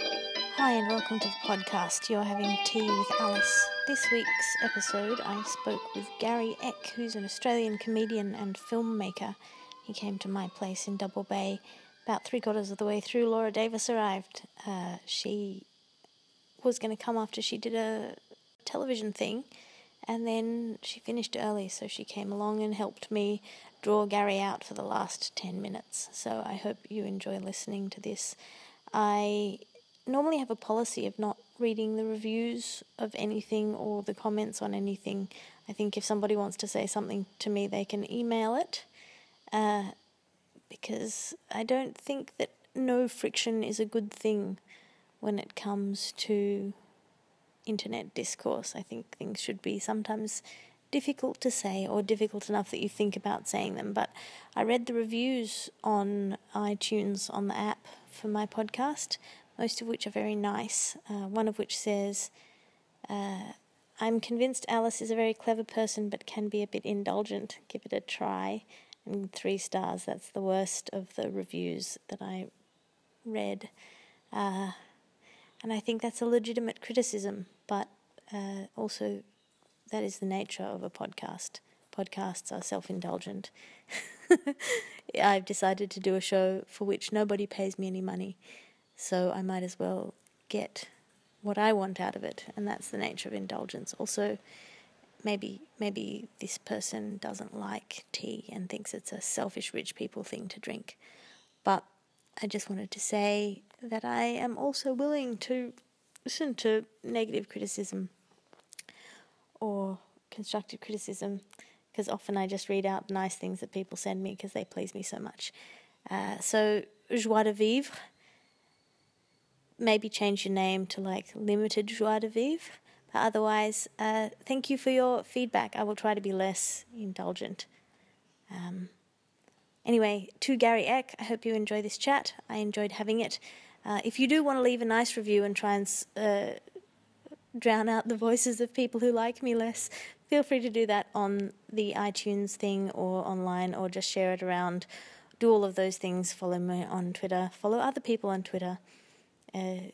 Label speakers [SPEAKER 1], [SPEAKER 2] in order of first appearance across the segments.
[SPEAKER 1] Hi, and welcome to the podcast. You're having tea with Alice. This week's episode, I spoke with Gary Eck, who's an Australian comedian and filmmaker. He came to my place in Double Bay. About three quarters of the way through, Laura Davis arrived. Uh, she was going to come after she did a television thing, and then she finished early, so she came along and helped me draw Gary out for the last 10 minutes. So I hope you enjoy listening to this. I normally have a policy of not reading the reviews of anything or the comments on anything. I think if somebody wants to say something to me, they can email it uh, because I don't think that no friction is a good thing when it comes to internet discourse. I think things should be sometimes difficult to say or difficult enough that you think about saying them. But I read the reviews on iTunes on the app for my podcast, most of which are very nice. Uh, one of which says, uh, I'm convinced Alice is a very clever person but can be a bit indulgent. Give it a try. And three stars, that's the worst of the reviews that I read. Uh, and I think that's a legitimate criticism, but uh, also that is the nature of a podcast. Podcasts are self indulgent. I've decided to do a show for which nobody pays me any money, so I might as well get what I want out of it, and that's the nature of indulgence. Also, maybe maybe this person doesn't like tea and thinks it's a selfish rich people thing to drink. But I just wanted to say that I am also willing to listen to negative criticism or constructive criticism because often I just read out nice things that people send me because they please me so much. Uh, so, joie de vivre, maybe change your name to like limited joie de vivre. But otherwise, uh, thank you for your feedback. I will try to be less indulgent. Um, Anyway, to Gary Eck, I hope you enjoy this chat. I enjoyed having it. Uh, if you do want to leave a nice review and try and s- uh, drown out the voices of people who like me less, feel free to do that on the iTunes thing or online or just share it around. Do all of those things. Follow me on Twitter. Follow other people on Twitter. Uh,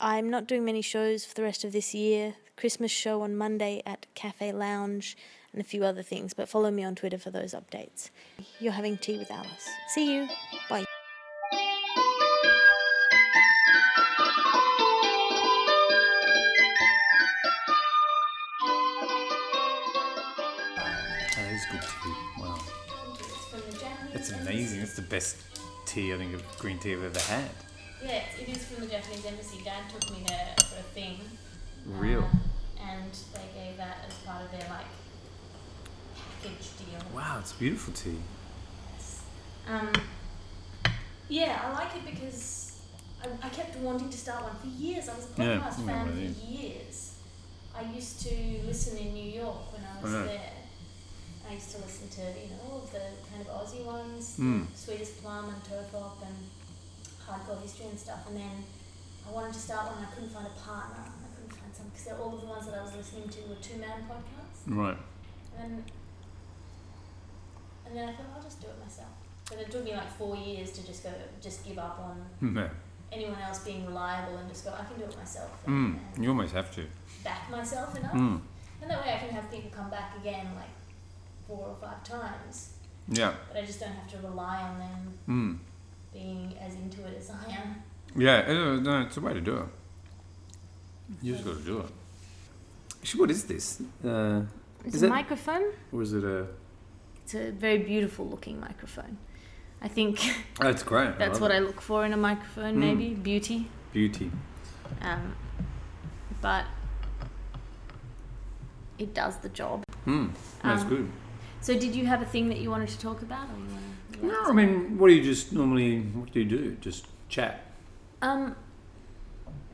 [SPEAKER 1] I'm not doing many shows for the rest of this year. Christmas show on Monday at Cafe Lounge and a few other things, but follow me on Twitter for those updates. You're having tea with Alice. See you. Bye.
[SPEAKER 2] That is good tea. Wow. It's amazing. It's the best tea I think of green tea I've ever had.
[SPEAKER 3] Yeah, it is from the Japanese embassy. Dad took me there for a thing.
[SPEAKER 2] Real.
[SPEAKER 3] uh, and they gave that as part of their like package deal.
[SPEAKER 2] Wow, it's beautiful tea.
[SPEAKER 3] Um, yeah, I like it because I, I kept wanting to start one for years. I was a
[SPEAKER 2] Yeah,
[SPEAKER 3] podcast
[SPEAKER 2] I
[SPEAKER 3] fan
[SPEAKER 2] remember, yeah.
[SPEAKER 3] for years. I used to listen in New York when I was
[SPEAKER 2] Right.
[SPEAKER 3] there. I used to listen to you know all of the kind of Aussie ones,
[SPEAKER 2] Mm.
[SPEAKER 3] Sweetest Plum and Turfop and Hardcore History and stuff. And then I wanted to start one and I couldn't find a partner. I couldn't find some because all of the ones that I was listening to were two man podcasts.
[SPEAKER 2] Right.
[SPEAKER 3] And then, and then I thought I'll just do it myself. But it took me like four years to just go, just give up on
[SPEAKER 2] No.
[SPEAKER 3] anyone else being reliable and just go, I can do it myself.
[SPEAKER 2] Mm.
[SPEAKER 3] And,
[SPEAKER 2] You almost have to.
[SPEAKER 3] back myself enough.
[SPEAKER 2] Mm.
[SPEAKER 3] And that way I can have people come back again like four or five times.
[SPEAKER 2] Yeah.
[SPEAKER 3] But I just don't have to rely on them
[SPEAKER 2] Mm.
[SPEAKER 3] being as into it as I am.
[SPEAKER 2] Yeah. uh, No, it's a way to do it. You just got to do it. Actually, what is this? Uh, Is Is it-
[SPEAKER 1] microphone?
[SPEAKER 2] or is it a?
[SPEAKER 1] It's a very beautiful looking microphone. I think
[SPEAKER 2] Oh, it's great. I
[SPEAKER 1] that's
[SPEAKER 2] love
[SPEAKER 1] what
[SPEAKER 2] it.
[SPEAKER 1] I look for in a microphone,
[SPEAKER 2] Mm.
[SPEAKER 1] maybe beauty.
[SPEAKER 2] Beauty.
[SPEAKER 1] Um, but it does the job.
[SPEAKER 2] Mm. That's
[SPEAKER 1] Um,
[SPEAKER 2] good.
[SPEAKER 1] So, did you have a thing that you wanted to talk about? Or you wanna
[SPEAKER 2] No, I mean, what do you just normally? What do you do? Just chat.
[SPEAKER 1] Um,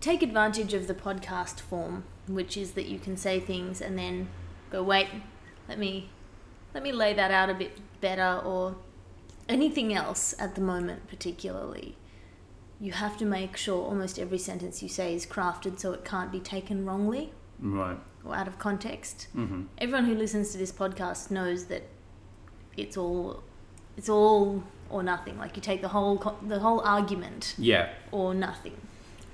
[SPEAKER 1] take advantage of the podcast form, which is that you can say things and then go wait. Let me let me lay that out a bit better, or anything else at the moment, particularly. You have to make sure almost every sentence you say is crafted so it can't be taken wrongly
[SPEAKER 2] Right.
[SPEAKER 1] or out of context
[SPEAKER 2] Mm-hmm.
[SPEAKER 1] everyone who listens to this podcast knows that it's all it's all or nothing like you take the whole co- the whole argument
[SPEAKER 2] Yeah.
[SPEAKER 1] or nothing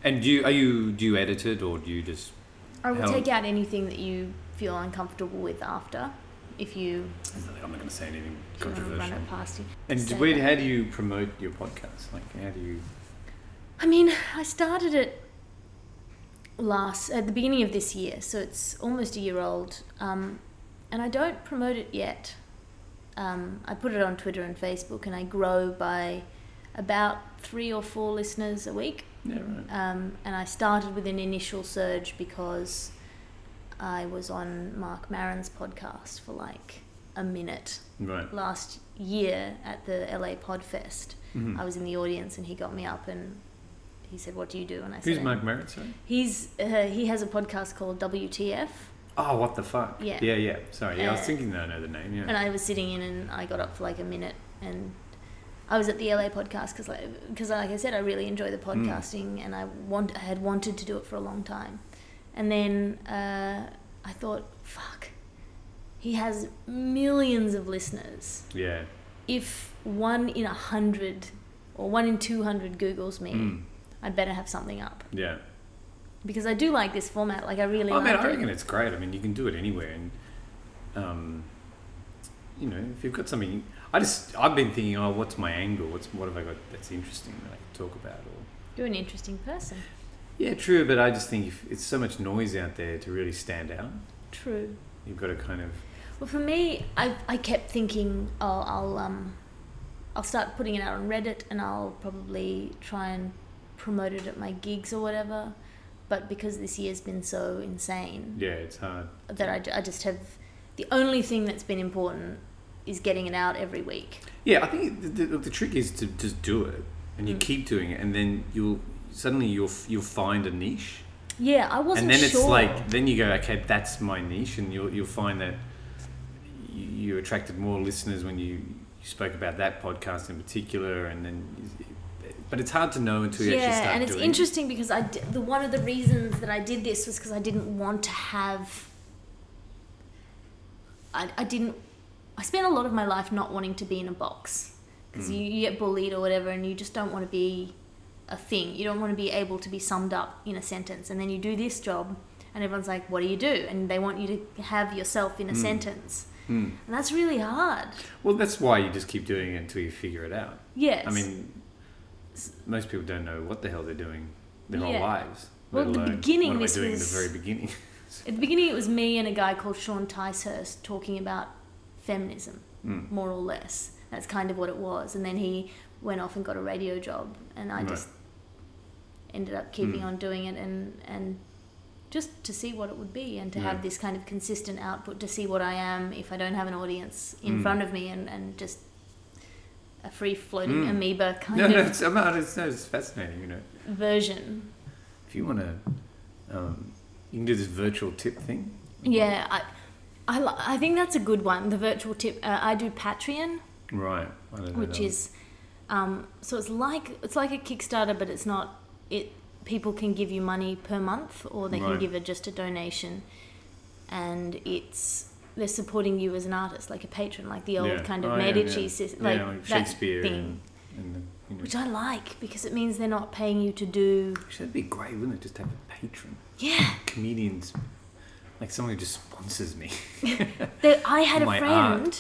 [SPEAKER 2] And do you, are you do you edit it or do you just
[SPEAKER 1] I will
[SPEAKER 2] How-
[SPEAKER 1] take out anything that you feel uncomfortable with after, if you
[SPEAKER 2] I'm not going to say anything
[SPEAKER 1] if you wanna run
[SPEAKER 2] controversial.
[SPEAKER 1] it past you.
[SPEAKER 2] And
[SPEAKER 1] Say
[SPEAKER 2] wait,
[SPEAKER 1] that.
[SPEAKER 2] how do you promote your podcast? Like, how do you?
[SPEAKER 1] I mean, I started it last at the beginning of this year, so it's almost a year old, um, and I don't promote it yet. Um, I put it on Twitter and Facebook, and I grow by about three or four listeners a week.
[SPEAKER 2] Yeah, right.
[SPEAKER 1] Um, and I started with an initial surge because I was on Mark Maron's podcast for like a minute
[SPEAKER 2] Right.
[SPEAKER 1] last year at the LA Podfest.
[SPEAKER 2] Mhm.
[SPEAKER 1] I was in the audience and he got me up and he said, "What do you do?" And I
[SPEAKER 2] Who's
[SPEAKER 1] said,
[SPEAKER 2] Mark Merritt? Sorry.
[SPEAKER 1] "He's uh, he has a podcast called WTF."
[SPEAKER 2] Oh, what the fuck?
[SPEAKER 1] Yeah.
[SPEAKER 2] Yeah, yeah. Sorry. Yeah, I was
[SPEAKER 1] Uh,
[SPEAKER 2] thinking that I know the name. Yeah.
[SPEAKER 1] And I was sitting in and I got up for like a minute and I was at the LA podcast because like, 'cause like I said, I really enjoy the podcasting and I want I had wanted to do it for a long time. And then uh, I thought, fuck, he has millions of listeners.
[SPEAKER 2] yeah.
[SPEAKER 1] If one in a hundred or one in 200 Googles me,
[SPEAKER 2] Mm.
[SPEAKER 1] I'd better have something up.
[SPEAKER 2] Yeah.
[SPEAKER 1] Because I do like this format. Like, I really
[SPEAKER 2] I
[SPEAKER 1] like
[SPEAKER 2] mean,
[SPEAKER 1] it.
[SPEAKER 2] Oh, I reckon it's great. I mean, you can do it anywhere, and um, you know, if you've got something, I just I've been thinking, oh, what's my angle? What's what have I got that's interesting that I can talk about? Or
[SPEAKER 1] You're an interesting person.
[SPEAKER 2] yeah, true. But I just think if it's so much noise out there to really stand out,
[SPEAKER 1] True.
[SPEAKER 2] you've got to kind of
[SPEAKER 1] Well, for me, I, I kept thinking, oh, I'll um, I'll start putting it out on Reddit, and I'll probably try and promote it at my gigs or whatever. But because this year's been so insane,
[SPEAKER 2] yeah, it's hard.
[SPEAKER 1] that I, ju- I just have the only thing that's been important is getting it out every week.
[SPEAKER 2] Yeah, I think the, the, look, the trick is to just do it, and
[SPEAKER 1] Mm.
[SPEAKER 2] you keep doing it, and then you'll suddenly you'll f- you'll find a niche,
[SPEAKER 1] Yeah, I wasn't
[SPEAKER 2] and then
[SPEAKER 1] sure.
[SPEAKER 2] it's like then you go, okay, that's my niche, and you'll you'll find that you, you attracted more listeners when you, you spoke about that podcast in particular, and then. But it's hard to know until you actually
[SPEAKER 1] yeah,
[SPEAKER 2] start
[SPEAKER 1] and it's
[SPEAKER 2] doing it.
[SPEAKER 1] interesting because I d- the one of the reasons that I did this was because I didn't want to have. I, I didn't. I spent a lot of my life not wanting to be in a box because
[SPEAKER 2] Mm.
[SPEAKER 1] you, you get bullied or whatever, and you just don't want to be a thing. You don't want to be able to be summed up in a sentence, and then you do this job, and everyone's like, "What do you do?" And they want you to have yourself
[SPEAKER 2] Mm.
[SPEAKER 1] in a sentence,
[SPEAKER 2] Hmm.
[SPEAKER 1] and that's really hard.
[SPEAKER 2] Well, that's why you just keep doing it until you figure it out.
[SPEAKER 1] Yes,
[SPEAKER 2] I mean, most people don't know what the hell they're doing their
[SPEAKER 1] Yeah.
[SPEAKER 2] whole lives.
[SPEAKER 1] Well,
[SPEAKER 2] let
[SPEAKER 1] at the
[SPEAKER 2] alone
[SPEAKER 1] beginning,
[SPEAKER 2] what am I
[SPEAKER 1] this
[SPEAKER 2] doing
[SPEAKER 1] was-
[SPEAKER 2] at the very beginning?
[SPEAKER 1] At the beginning, it was me and a guy called Sean Ticehurst talking about feminism,
[SPEAKER 2] Mm.
[SPEAKER 1] more or less. That's kind of what it was. And then he went off and got a radio job, and I
[SPEAKER 2] Right.
[SPEAKER 1] just ended up keeping
[SPEAKER 2] Mm.
[SPEAKER 1] on doing it and, and just to see what it would be and to
[SPEAKER 2] Yeah.
[SPEAKER 1] have this kind of consistent output to see what I am if I don't have an audience in
[SPEAKER 2] Mm.
[SPEAKER 1] front of me and, and just a free floating
[SPEAKER 2] Mm.
[SPEAKER 1] amoeba kind
[SPEAKER 2] no, no,
[SPEAKER 1] of
[SPEAKER 2] it's, I'm not, it's, no, it's fascinating. You know,
[SPEAKER 1] version.
[SPEAKER 2] if you want to, um, you can do this virtual tip thing.
[SPEAKER 1] Yeah, I, I, li- I think that's a good one. The virtual tip. Uh, I do Patreon.
[SPEAKER 2] Right. I don't know
[SPEAKER 1] which
[SPEAKER 2] that one.
[SPEAKER 1] is um, so it's like it's like a Kickstarter, but it's not. It people can give you money per month, or they
[SPEAKER 2] Right.
[SPEAKER 1] can give it just a donation, and it's they're supporting you as an artist, like a patron, like the old
[SPEAKER 2] Yeah.
[SPEAKER 1] kind of
[SPEAKER 2] Oh, yeah,
[SPEAKER 1] Medici
[SPEAKER 2] yeah.
[SPEAKER 1] system,
[SPEAKER 2] Yeah,
[SPEAKER 1] like, that
[SPEAKER 2] Shakespeare
[SPEAKER 1] thing,
[SPEAKER 2] and, and the, you know.
[SPEAKER 1] which I like because it means they're not paying you to do.
[SPEAKER 2] Actually, that'd be great, wouldn't it? Just to have a patron,
[SPEAKER 1] Yeah,
[SPEAKER 2] comedians, like someone who just sponsors me.
[SPEAKER 1] There, I had a
[SPEAKER 2] My
[SPEAKER 1] friend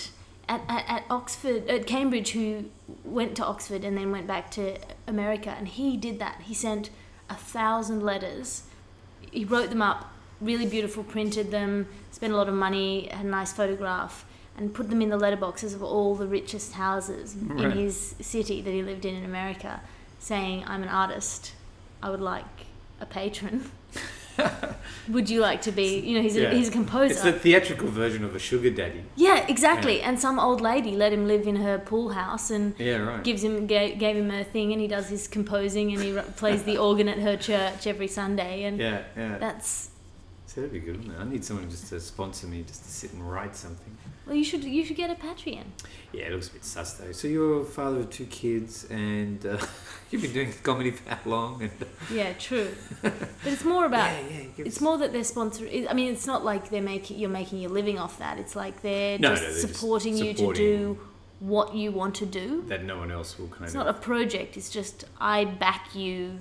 [SPEAKER 1] at, at, at Oxford, at Cambridge, who went to Oxford and then went back to America, and he did that. He sent a thousand letters. He wrote them up, really beautiful, printed them, spent a lot of money, had a nice photograph, and put them in the letterboxes of all the richest houses in
[SPEAKER 2] Right.
[SPEAKER 1] his city that he lived in in America, saying, "I'm an artist. I would like a patron." Would you like to be? You know, he's a,
[SPEAKER 2] Yeah.
[SPEAKER 1] he's a composer.
[SPEAKER 2] It's the theatrical version of a sugar daddy.
[SPEAKER 1] Yeah, exactly. And some old lady let him live in her pool house and
[SPEAKER 2] Yeah, right.
[SPEAKER 1] gives him gave, gave him a thing, and he does his composing and he r- plays the organ at her church every Sunday, and
[SPEAKER 2] yeah, yeah.
[SPEAKER 1] that's
[SPEAKER 2] so that'd be good, wouldn't it? I need someone just to sponsor me, just to sit and write something.
[SPEAKER 1] well, you should you should get a Patreon.
[SPEAKER 2] Yeah, it looks a bit sus though. So you're a father of two kids, and uh, you've been doing comedy for how long? And
[SPEAKER 1] Yeah, true. but it's more about
[SPEAKER 2] yeah, yeah, give
[SPEAKER 1] it's
[SPEAKER 2] us-
[SPEAKER 1] more that they're sponsoring. I mean, it's not like they're making you're making your living off that. It's like they're
[SPEAKER 2] No,
[SPEAKER 1] just
[SPEAKER 2] no, they're just
[SPEAKER 1] supporting you
[SPEAKER 2] supporting-
[SPEAKER 1] to do what you want to do.
[SPEAKER 2] that no one else will kind
[SPEAKER 1] It's
[SPEAKER 2] of.
[SPEAKER 1] not a project. It's just I back you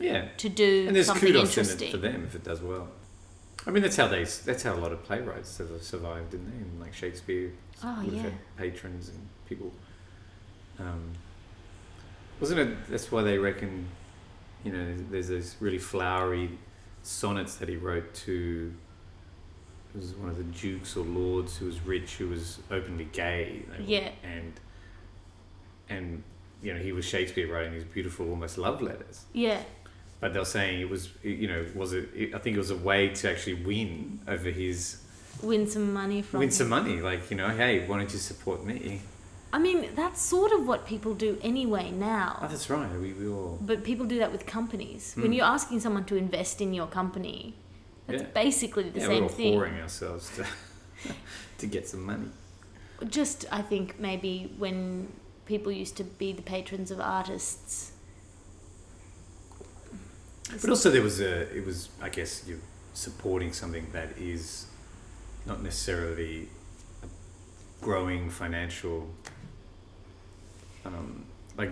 [SPEAKER 2] Yeah.
[SPEAKER 1] to do
[SPEAKER 2] And there's
[SPEAKER 1] something
[SPEAKER 2] kudos in
[SPEAKER 1] interesting.
[SPEAKER 2] it for them if it does well. I mean, that's how they. That's how a lot of playwrights have survived, didn't they? And like Shakespeare
[SPEAKER 1] Oh,
[SPEAKER 2] would have
[SPEAKER 1] yeah.
[SPEAKER 2] had patrons and people. Um, wasn't it? That's why they reckon. You know, there's those really flowery sonnets that he wrote to. It was one of the dukes or lords who was rich, who was openly gay. they were-
[SPEAKER 1] Yeah.
[SPEAKER 2] And. And you know, he was Shakespeare writing these beautiful, almost love letters
[SPEAKER 1] Yeah,
[SPEAKER 2] but they were saying it was you know was it, it i think it was a way to actually win over his
[SPEAKER 1] win some money from.
[SPEAKER 2] win some money like you know hey why don't you support me
[SPEAKER 1] I mean, that's sort of what people do anyway now.
[SPEAKER 2] oh that's right we, we all
[SPEAKER 1] But people do that with companies. When
[SPEAKER 2] Mm.
[SPEAKER 1] you're asking someone to invest in your company, that's
[SPEAKER 2] Yeah.
[SPEAKER 1] basically the
[SPEAKER 2] yeah we're
[SPEAKER 1] same
[SPEAKER 2] all
[SPEAKER 1] thing.
[SPEAKER 2] whoring ourselves to to get some money
[SPEAKER 1] Just, I think, maybe when people used to be the patrons of artists.
[SPEAKER 2] but also there was a it was i guess you're supporting something that is not necessarily a growing financial um like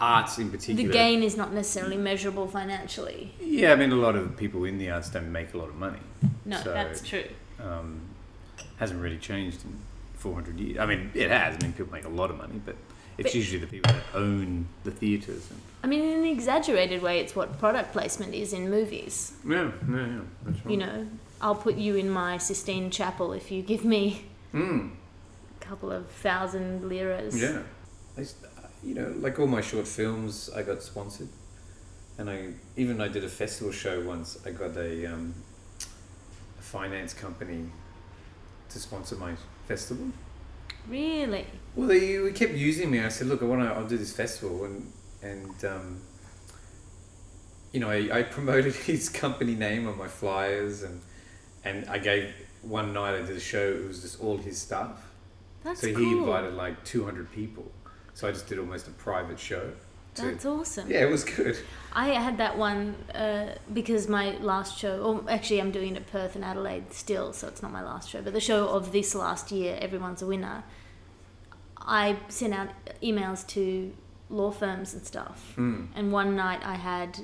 [SPEAKER 2] arts in
[SPEAKER 1] the
[SPEAKER 2] particular
[SPEAKER 1] gain is not necessarily measurable financially.
[SPEAKER 2] yeah i mean a lot of people in the arts don't make a lot of money
[SPEAKER 1] No,
[SPEAKER 2] So-
[SPEAKER 1] that's true.
[SPEAKER 2] um, hasn't really changed in 400 years. I mean, it has. I mean, people make a lot of money, but it's
[SPEAKER 1] But-
[SPEAKER 2] usually the people that own the theatres.
[SPEAKER 1] I mean, in an exaggerated way, it's what product placement is in movies.
[SPEAKER 2] And, yeah, yeah, yeah. That's
[SPEAKER 1] You know, I'll put you in my Sistine Chapel if you give me
[SPEAKER 2] Mm,
[SPEAKER 1] a couple of thousand liras.
[SPEAKER 2] yeah. I, s- you know, like all my short films, I got sponsored. And I even I did a festival show once. I got a, um, a finance company to sponsor my festival.
[SPEAKER 1] Really?
[SPEAKER 2] Well, they we kept using me. I said, look, I want to. I'll do this festival, and and um, you know, I, I promoted his company name on my flyers, and and I gave one night I did a show. It was just all his staff.
[SPEAKER 1] That's
[SPEAKER 2] so
[SPEAKER 1] cool.
[SPEAKER 2] he invited like two hundred people. So I just did almost a private show. to-
[SPEAKER 1] That's awesome.
[SPEAKER 2] yeah, it was good.
[SPEAKER 1] I had that one uh, because my last show, or actually, I'm doing it at Perth and Adelaide still, so it's not my last show, but the show of this last year, Everyone's a Winner. I sent out emails to law firms and stuff,
[SPEAKER 2] Mm.
[SPEAKER 1] and one night I had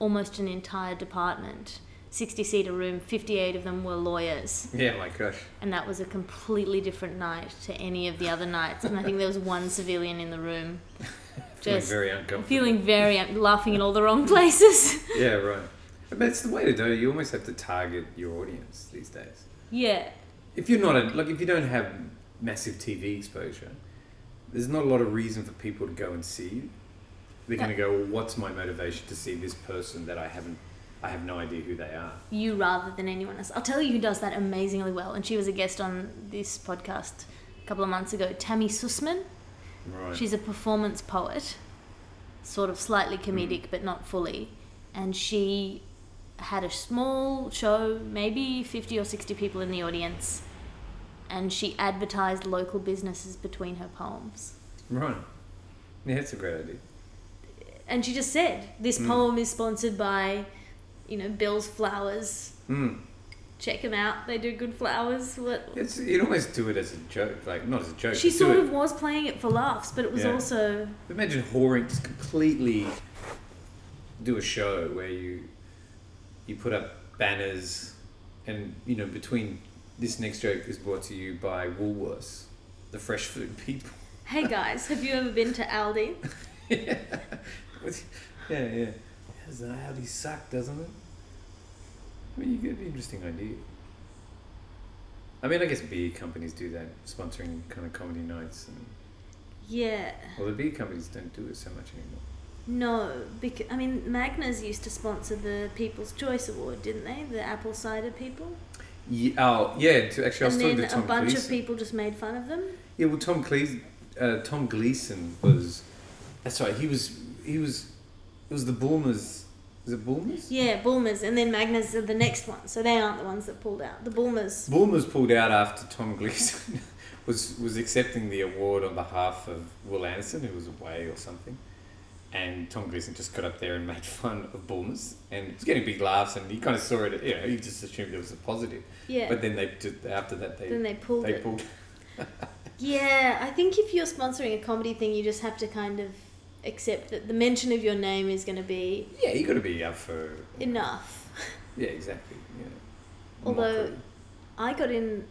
[SPEAKER 1] almost an entire department 60 seater room, 58 of them were lawyers,
[SPEAKER 2] Yeah, uh, my gosh.
[SPEAKER 1] and that was a completely different night to any of the other nights. And I think there was one civilian in the room.
[SPEAKER 2] Feeling
[SPEAKER 1] Just
[SPEAKER 2] very uncomfortable.
[SPEAKER 1] feeling very laughing in all the wrong places.
[SPEAKER 2] Yeah, right. But that's the way to do it. You almost have to target your audience these days.
[SPEAKER 1] yeah,
[SPEAKER 2] if you're not a, like if you don't have massive TV exposure, there's not a lot of reason for people to go and see you. They're going to go, well, what's my motivation to see this person that I haven't, I have no idea who they are.
[SPEAKER 1] you rather than anyone else. I'll tell you who does that amazingly well, and she was a guest on this podcast a couple of months ago. Tammy Sussman.
[SPEAKER 2] Right.
[SPEAKER 1] She's a performance poet, sort of
[SPEAKER 2] Mm.
[SPEAKER 1] slightly comedic, but not fully. And she had a small show, maybe 50 or 60 people in the audience, and she advertised local businesses between her poems.
[SPEAKER 2] right. Yeah, that's a great idea.
[SPEAKER 1] And she just said, This
[SPEAKER 2] Mm.
[SPEAKER 1] poem is sponsored by, you know, Bill's Flowers.
[SPEAKER 2] Mm.
[SPEAKER 1] Check them out. They do good flowers. What,
[SPEAKER 2] It's you'd almost do it as a joke, like not as a joke.
[SPEAKER 1] She
[SPEAKER 2] but
[SPEAKER 1] sort
[SPEAKER 2] do
[SPEAKER 1] of was playing it for laughs, but it was
[SPEAKER 2] Yeah.
[SPEAKER 1] also
[SPEAKER 2] it. Imagine whoring just completely. Do a show where you, you put up banners, and you know between this next joke is brought to you by Woolworths, the fresh food people.
[SPEAKER 1] Hey guys, have you ever been to Aldi?
[SPEAKER 2] yeah, yeah. Has an Audi suck, doesn't it? I mean, you get an interesting idea. I mean, I guess beer companies do that, sponsoring kind of comedy nights. And,
[SPEAKER 1] Yeah.
[SPEAKER 2] well, the beer companies don't do it so much anymore.
[SPEAKER 1] No, because I mean Magners used to sponsor the People's Choice Award, didn't they? The apple cider people.
[SPEAKER 2] Yeah, oh, yeah. To, actually, I was
[SPEAKER 1] and
[SPEAKER 2] talking
[SPEAKER 1] then
[SPEAKER 2] to Tom
[SPEAKER 1] a bunch
[SPEAKER 2] Gleason.
[SPEAKER 1] of people just made fun of them.
[SPEAKER 2] Yeah, well, Tom Cleese, uh, Tom Gleason was. That's right. He was. He was. It was the Bulmers. Is it Bulmers?
[SPEAKER 1] Yeah, Bulmers, and then Magners are the next one, so they aren't the ones that pulled out. The Bulmers.
[SPEAKER 2] Bulmer's pulled out after Tom Gleason was was accepting the award on behalf of Will Anderson, who was away or something. And Tom Gleason just got up there and made fun of Bulmer's and was getting big laughs, and he kind of saw it. You know, he just assumed it was a positive.
[SPEAKER 1] Yeah.
[SPEAKER 2] But then they did, after that they
[SPEAKER 1] then they pulled
[SPEAKER 2] they
[SPEAKER 1] it.
[SPEAKER 2] pulled.
[SPEAKER 1] Yeah, I think if you're sponsoring a comedy thing, you just have to kind of except that the mention of your name is going to be
[SPEAKER 2] Yeah, you got to be up for
[SPEAKER 1] enough.
[SPEAKER 2] Yeah, exactly. Yeah.
[SPEAKER 1] Although-
[SPEAKER 2] Mockery.
[SPEAKER 1] I got in.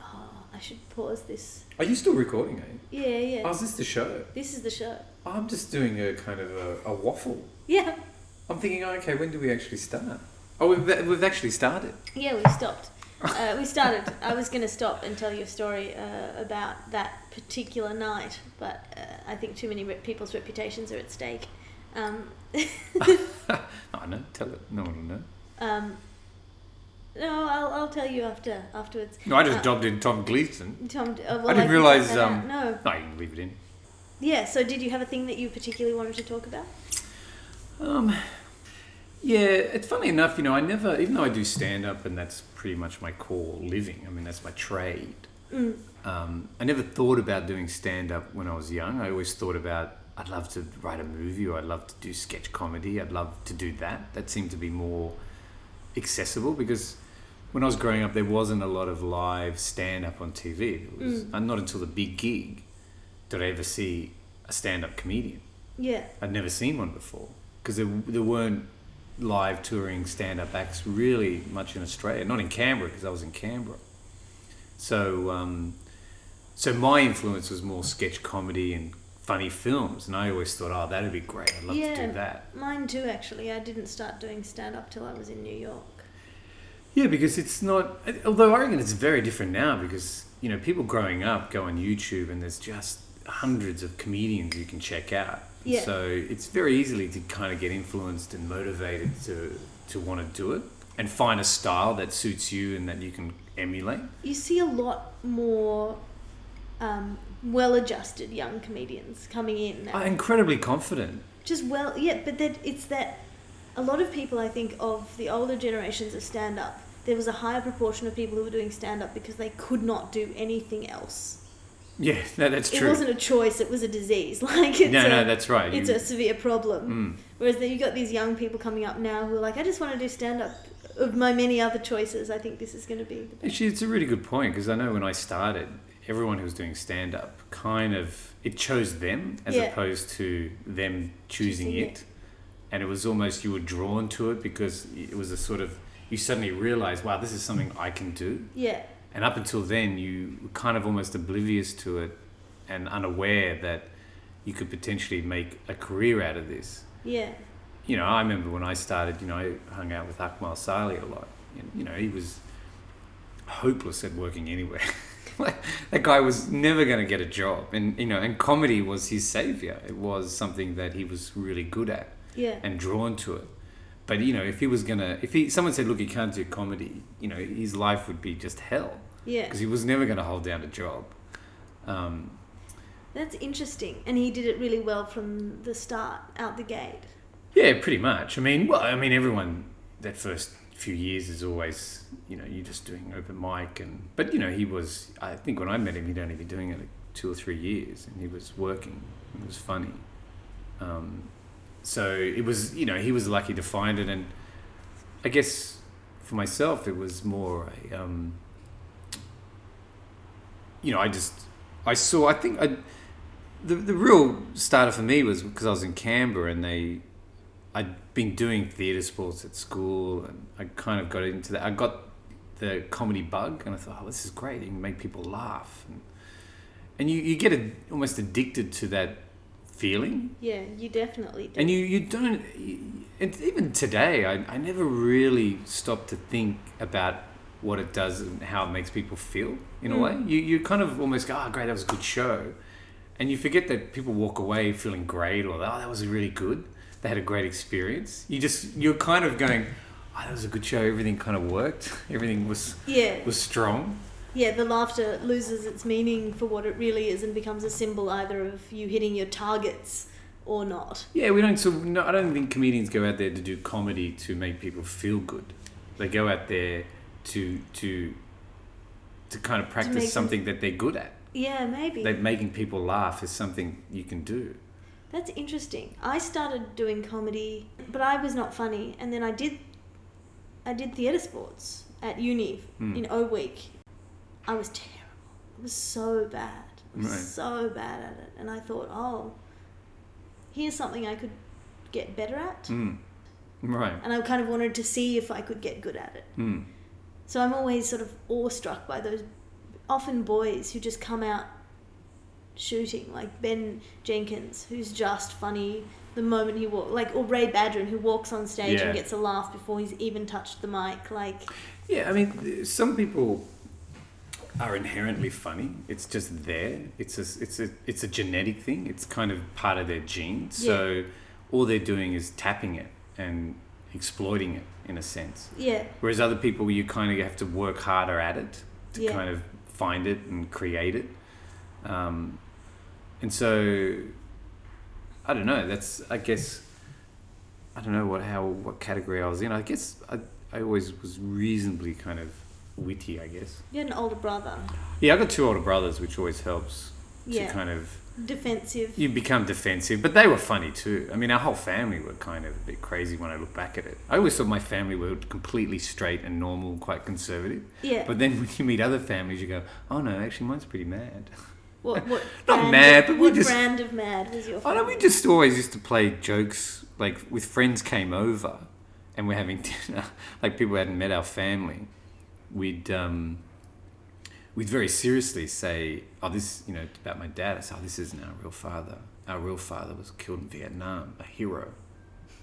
[SPEAKER 1] Oh, I should pause this.
[SPEAKER 2] are you still recording? Are you?
[SPEAKER 1] Yeah, yeah.
[SPEAKER 2] Oh, is this the show?
[SPEAKER 1] This is the show.
[SPEAKER 2] I'm just doing a kind of a, a waffle.
[SPEAKER 1] Yeah,
[SPEAKER 2] I'm thinking, oh, okay, when do we actually start? Oh, we've, we've actually started.
[SPEAKER 1] yeah. We've stopped. Uh, we started. I was going to stop and tell you a story uh, about that particular night, but uh, I think too many re- people's reputations are at stake. Um,
[SPEAKER 2] I know. Tell it. No one will know.
[SPEAKER 1] um, no, I'll, I'll tell you after afterwards.
[SPEAKER 2] No, I
[SPEAKER 1] just
[SPEAKER 2] just
[SPEAKER 1] Uh,
[SPEAKER 2] dubbed in Tom Gleason.
[SPEAKER 1] Tom, uh, well,
[SPEAKER 2] I didn't
[SPEAKER 1] can
[SPEAKER 2] realise,
[SPEAKER 1] cut that out.
[SPEAKER 2] um,
[SPEAKER 1] No.
[SPEAKER 2] No, you can leave it in.
[SPEAKER 1] Yeah. So, did you have a thing that you particularly wanted to talk about?
[SPEAKER 2] Um, yeah, it's funny enough, you know, I never, even though I do stand up and that's pretty much my core living, I mean, that's my trade.
[SPEAKER 1] Mm.
[SPEAKER 2] Um, I never thought about doing stand up when I was young. I always thought about I'd love to write a movie or I'd love to do sketch comedy. I'd love to do that. That seemed to be more accessible because when I was growing up, there wasn't a lot of live stand up on TV. It was, and Not until the big gig did I ever see a stand up comedian.
[SPEAKER 1] Yeah.
[SPEAKER 2] I'd never seen one before because there, there weren't live touring stand up acts really much in Australia, not in Canberra because I was in Canberra. So, um, so my influence was more sketch comedy and funny films, and I always thought, oh, that'd be great. I'd love to
[SPEAKER 1] Yeah.
[SPEAKER 2] do that.
[SPEAKER 1] Mine too, actually. I didn't start doing stand up till I was in New York.
[SPEAKER 2] Yeah, because it's not. Although I reckon it's very different now because you know people growing up go on YouTube and there's just hundreds of comedians you can check out.
[SPEAKER 1] Yeah.
[SPEAKER 2] So it's very easily to kind of get influenced and motivated to to want to do it and find a style that suits you and that you can emulate.
[SPEAKER 1] You see a lot more um, well adjusted young comedians coming in. Now.
[SPEAKER 2] I'm incredibly confident.
[SPEAKER 1] Just well, yeah, but that it's that a lot of people, I think, of the older generations of stand up, there was a higher proportion of people who were doing stand up because they could not do anything else.
[SPEAKER 2] Yeah, no, that's
[SPEAKER 1] It
[SPEAKER 2] true.
[SPEAKER 1] wasn't a choice, it was a disease. Like, it's
[SPEAKER 2] no,
[SPEAKER 1] a,
[SPEAKER 2] no, that's right.
[SPEAKER 1] it's
[SPEAKER 2] You-
[SPEAKER 1] a severe problem.
[SPEAKER 2] Mm.
[SPEAKER 1] Whereas then you've got these young people coming up now who are like, I just want to do stand up. Of my many other choices, I think this is going to be the best.
[SPEAKER 2] Actually, it's a really good point because I know when I started, everyone who was doing stand up kind of it chose them as
[SPEAKER 1] Yeah.
[SPEAKER 2] opposed to them choosing
[SPEAKER 1] Choosing
[SPEAKER 2] it.
[SPEAKER 1] it.
[SPEAKER 2] and it was almost you were drawn to it because it was a sort of you suddenly realized, wow, this is something I can do.
[SPEAKER 1] Yeah,
[SPEAKER 2] And up until then, you were kind of almost oblivious to it and unaware that you could potentially make a career out of this
[SPEAKER 1] yeah,
[SPEAKER 2] you know, I remember when I started, you know, I hung out with Akmal Sali a lot. And, you know, he was hopeless at working anywhere. like, that guy was never going to get a job. And, you know, and comedy was his savior. It was something that he was really good at
[SPEAKER 1] yeah,
[SPEAKER 2] and drawn to it. But, you know, if he was going to, if he, someone said, look, you can't do comedy, you know, his life would be just hell
[SPEAKER 1] yeah.
[SPEAKER 2] because he was never going to hold down a job. Um,
[SPEAKER 1] That's interesting. And he did it really well from the start, out the gate.
[SPEAKER 2] Yeah, pretty much. I mean, well, I mean, everyone that first few years is always, you know, you're just doing open mic and, but you know, he was. I think when I met him, he'd only been doing it like two or three years, and he was working. It was funny. Um, so it was, you know, he was lucky to find it, and I guess for myself, it was more a, um, you know, I just, I saw. I think I. The, the real starter for me was because I was in Canberra and they I'd been doing theatre sports at school, and I kind of got into that. I got the comedy bug, and I thought, oh, this is great. You can make people laugh, and, and you you get a, almost addicted to that feeling.
[SPEAKER 1] Yeah, you definitely did.
[SPEAKER 2] And you, you don't, and even today, I, I never really stop to think about what it does and how it makes people feel in a
[SPEAKER 1] Mm.
[SPEAKER 2] way. You, you kind of almost go, oh, great, that was a good show. And you forget that people walk away feeling great or, oh, that was really good. They had a great experience. You just, you're kind of going, oh, that was a good show. Everything kind of worked. Everything was,
[SPEAKER 1] yeah,
[SPEAKER 2] was strong.
[SPEAKER 1] yeah, the laughter loses its meaning for what it really is and becomes a symbol either of you hitting your targets or not.
[SPEAKER 2] Yeah, we don't. So no, I don't think comedians go out there to do comedy to make people feel good. They go out there to to to kind of practice
[SPEAKER 1] make them-
[SPEAKER 2] something that they're good at.
[SPEAKER 1] Yeah, maybe.
[SPEAKER 2] That making people laugh is something you can do.
[SPEAKER 1] That's interesting. I started doing comedy, but I was not funny, and then I did, I did theatre sports at uni
[SPEAKER 2] Hmm.
[SPEAKER 1] in O week. I was terrible. I was so bad. I was
[SPEAKER 2] Right.
[SPEAKER 1] so bad at it, and I thought, oh,
[SPEAKER 4] here's something I could get better at.
[SPEAKER 2] Mm. Right.
[SPEAKER 4] And I kind of wanted to see if I could get good at it.
[SPEAKER 2] Mm.
[SPEAKER 4] So I'm always sort of awestruck by those, often boys who just come out shooting, like Ben Jenkins, who's just funny the moment he walks, like or Ray Badrin, who walks on stage
[SPEAKER 2] Yeah.
[SPEAKER 4] and gets a laugh before he's even touched the mic. Like,
[SPEAKER 2] Yeah, I mean, th- some people are inherently funny. It's just there. It's a, it's a, it's a genetic thing. It's kind of part of their gene. So all they're doing is tapping it and exploiting it in a sense.
[SPEAKER 4] yeah,
[SPEAKER 2] Whereas other people, you kind of have to work harder at it to
[SPEAKER 4] Yeah.
[SPEAKER 2] kind of find it and create it. Um, and so, I don't know. That's I guess I don't know what how what category I was in. I guess I I always was reasonably kind of witty. I guess.
[SPEAKER 4] you had an older brother,
[SPEAKER 2] Yeah, I got two older brothers, which always helps
[SPEAKER 4] Yeah.
[SPEAKER 2] to kind of
[SPEAKER 4] defensive.
[SPEAKER 2] you become defensive, but they were funny too. I mean, our whole family were kind of a bit crazy when I look back at it. I always thought my family were completely straight and normal, quite conservative.
[SPEAKER 4] Yeah.
[SPEAKER 2] But then when you meet other families, you go, oh no, actually, mine's pretty mad.
[SPEAKER 4] What? What?
[SPEAKER 2] Not
[SPEAKER 4] brand
[SPEAKER 2] mad,
[SPEAKER 4] of-
[SPEAKER 2] but we
[SPEAKER 4] what
[SPEAKER 2] just-
[SPEAKER 4] brand of mad was your?
[SPEAKER 2] Oh no, we
[SPEAKER 4] favorite?
[SPEAKER 2] just always used to play jokes, like with friends came over and we're having dinner, like people hadn't met our family. We'd, um, we'd very seriously say, oh, this, you know, about my dad, I say, oh, this isn't our real father. Our real father was killed in Vietnam, a hero.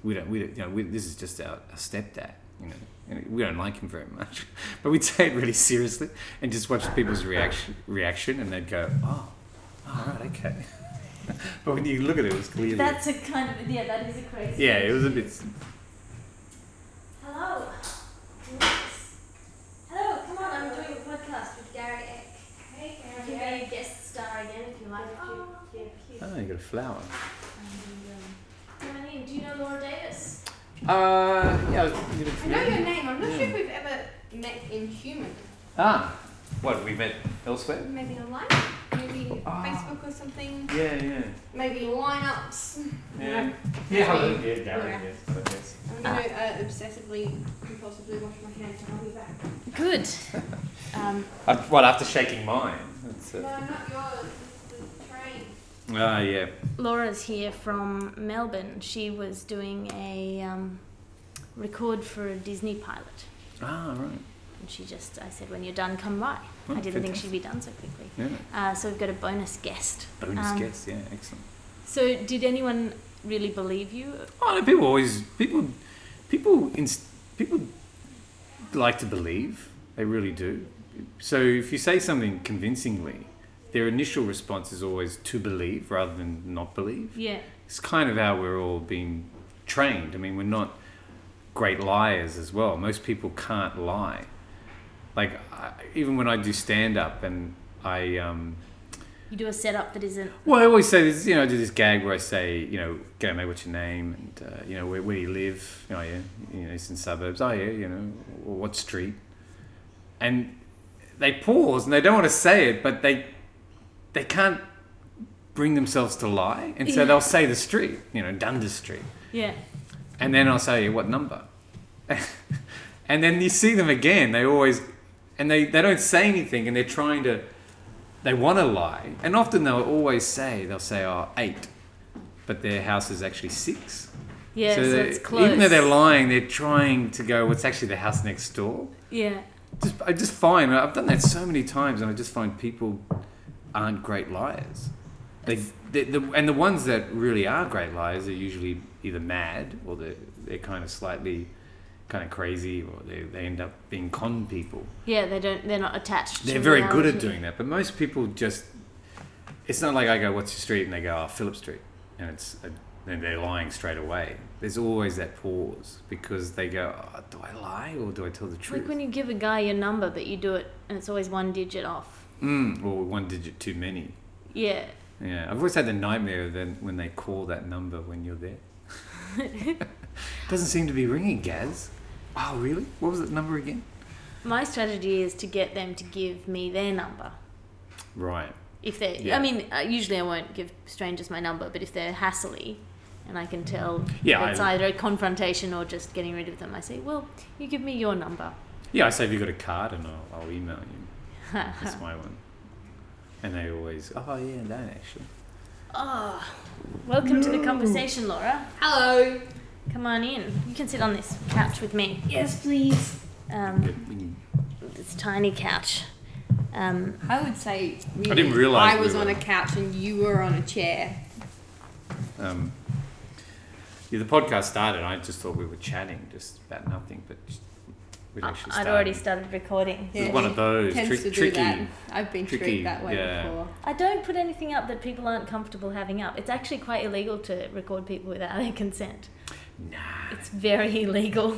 [SPEAKER 2] We don't, we don't, you know, we, this is just our, our stepdad, you know, and we don't like him very much. But we'd say it really seriously and just watch people's reaction, reaction and they'd go, oh, all right, okay. but when you look at it, it was clearly,
[SPEAKER 1] That's a kind of yeah. That is a crazy.
[SPEAKER 2] yeah, it was a bit,
[SPEAKER 3] Hello. Yes. Hello, come on, I'm doing a podcast with Gary Eck. Hey, Gary. You can be a guest star again if you like. Oh, cute, cute, cute.
[SPEAKER 2] oh, you got a flower.
[SPEAKER 3] Come on in. um, Do you know Laura Davis?
[SPEAKER 2] Uh, yeah, I was
[SPEAKER 5] I know your name. I'm not sure if we've ever met in human.
[SPEAKER 2] Ah, what, we met elsewhere?
[SPEAKER 5] Maybe online, maybe
[SPEAKER 2] Ah.
[SPEAKER 5] Facebook or something.
[SPEAKER 2] Yeah, yeah.
[SPEAKER 5] Maybe lineups.
[SPEAKER 2] Yeah.
[SPEAKER 5] Yeah, hello.
[SPEAKER 2] Yeah, Gary,
[SPEAKER 5] Yeah.
[SPEAKER 2] yes, hello, yes.
[SPEAKER 5] I'm gonna uh, obsessively, compulsively wash my hands and I'll be back.
[SPEAKER 1] Good. Um,
[SPEAKER 2] Uh, Well, after shaking mine. That's
[SPEAKER 5] No,
[SPEAKER 2] it.
[SPEAKER 5] not yours. This is the train.
[SPEAKER 2] Ah, yeah.
[SPEAKER 1] Laura's here from Melbourne. She was doing a um, record for a Disney pilot,
[SPEAKER 2] Ah, right.
[SPEAKER 1] and she just I said, "When you're done, come by."
[SPEAKER 2] Oh,
[SPEAKER 1] I didn't think
[SPEAKER 2] fantastic.
[SPEAKER 1] she'd be done so quickly.
[SPEAKER 2] Yeah.
[SPEAKER 1] Uh, so we've got a bonus guest.
[SPEAKER 2] Bonus
[SPEAKER 1] Um,
[SPEAKER 2] guest, yeah, excellent.
[SPEAKER 1] So did anyone really believe you?
[SPEAKER 2] Oh, no, people always, people, people, inst- people like to believe. They really do. So if you say something convincingly, their initial response is always to believe rather than not believe.
[SPEAKER 1] Yeah.
[SPEAKER 2] it's kind of how we're all being trained. I mean, we're not great liars as well. Most people can't lie. Like I, even when I do stand up and I um,
[SPEAKER 1] You do a setup that isn't.
[SPEAKER 2] well, I always say this. You know, I do this gag where I say, you know, "G'day mate, what's your name?" and uh, you know, where, where do you live? Oh yeah, you know, eastern suburbs. Oh yeah, you know, or what street? And they pause and they don't want to say it, but they they can't bring themselves to lie, and so
[SPEAKER 1] Yeah.
[SPEAKER 2] they'll say the street. You know, Dundas Street.
[SPEAKER 1] Yeah.
[SPEAKER 2] And then I'll say, what number? and then you see them again. They always, and they, they don't say anything and they're trying to, they want to lie. And often they'll always say, they'll say, oh, eight. But their house is actually six.
[SPEAKER 1] Yeah. So,
[SPEAKER 2] they-
[SPEAKER 1] it's close.
[SPEAKER 2] Even though they're lying, they're trying to go, what's actually the house next door?
[SPEAKER 1] Yeah.
[SPEAKER 2] Just, I just find, I've done that so many times and I just find people aren't great liars. They, they, the, and the ones that really are great liars are usually either mad or they're, they're kind of slightly kind of crazy or they, they end up being con people.
[SPEAKER 1] Yeah. They don't. They're not attached.
[SPEAKER 2] They're
[SPEAKER 1] to
[SPEAKER 2] very good at
[SPEAKER 1] reality.
[SPEAKER 2] doing that, but most people just. It's not like I go, "What's your street?" and they go, "Oh, Phillip Street," and it's a, then they're lying straight away. There's always that pause because they go, oh, "Do I lie or do I tell the truth?"
[SPEAKER 1] Like when you give a guy your number, but you do it, and it's always one digit off.
[SPEAKER 2] mm, or one digit too many.
[SPEAKER 1] Yeah.
[SPEAKER 2] Yeah, I've always had the nightmare of then when they call that number when you're there. Doesn't seem to be ringing, Gaz. Oh, really? What was that number again?
[SPEAKER 1] My strategy is to get them to give me their number.
[SPEAKER 2] Right.
[SPEAKER 1] If they,
[SPEAKER 2] Yeah.
[SPEAKER 1] I mean, uh, usually I won't give strangers my number, but if they're hassly, and I can tell
[SPEAKER 2] Yeah,
[SPEAKER 1] it's
[SPEAKER 2] I-
[SPEAKER 1] either a confrontation or just getting rid of them, I say, well, you give me your number.
[SPEAKER 2] Yeah, I say, have you got a card? And I'll, I'll email you. That's my one. And they always, oh, yeah, that actually.
[SPEAKER 1] oh, Welcome to the conversation, Laura.
[SPEAKER 5] Hello.
[SPEAKER 1] Come on in. You can sit on this couch with me.
[SPEAKER 5] Yes, please.
[SPEAKER 1] Um,
[SPEAKER 2] Get- we can-
[SPEAKER 1] it's a tiny couch. Um,
[SPEAKER 5] I would say really,
[SPEAKER 2] didn't realise
[SPEAKER 5] I was
[SPEAKER 2] we
[SPEAKER 5] on
[SPEAKER 2] were-
[SPEAKER 5] a couch and you were on a chair.
[SPEAKER 2] Um, yeah, the podcast started. I just thought we were chatting just about nothing, but we'd
[SPEAKER 1] I,
[SPEAKER 2] actually
[SPEAKER 1] I'd
[SPEAKER 2] started.
[SPEAKER 1] already started recording.
[SPEAKER 2] It was one of those
[SPEAKER 5] Tends
[SPEAKER 2] tri-
[SPEAKER 5] to do
[SPEAKER 2] tricky.
[SPEAKER 5] that. I've been
[SPEAKER 2] tricky,
[SPEAKER 5] tricked that way
[SPEAKER 2] yeah.
[SPEAKER 5] before.
[SPEAKER 1] I don't put anything up that people aren't comfortable having up. It's actually quite illegal to record people without their consent.
[SPEAKER 2] Nah.
[SPEAKER 1] It's very illegal.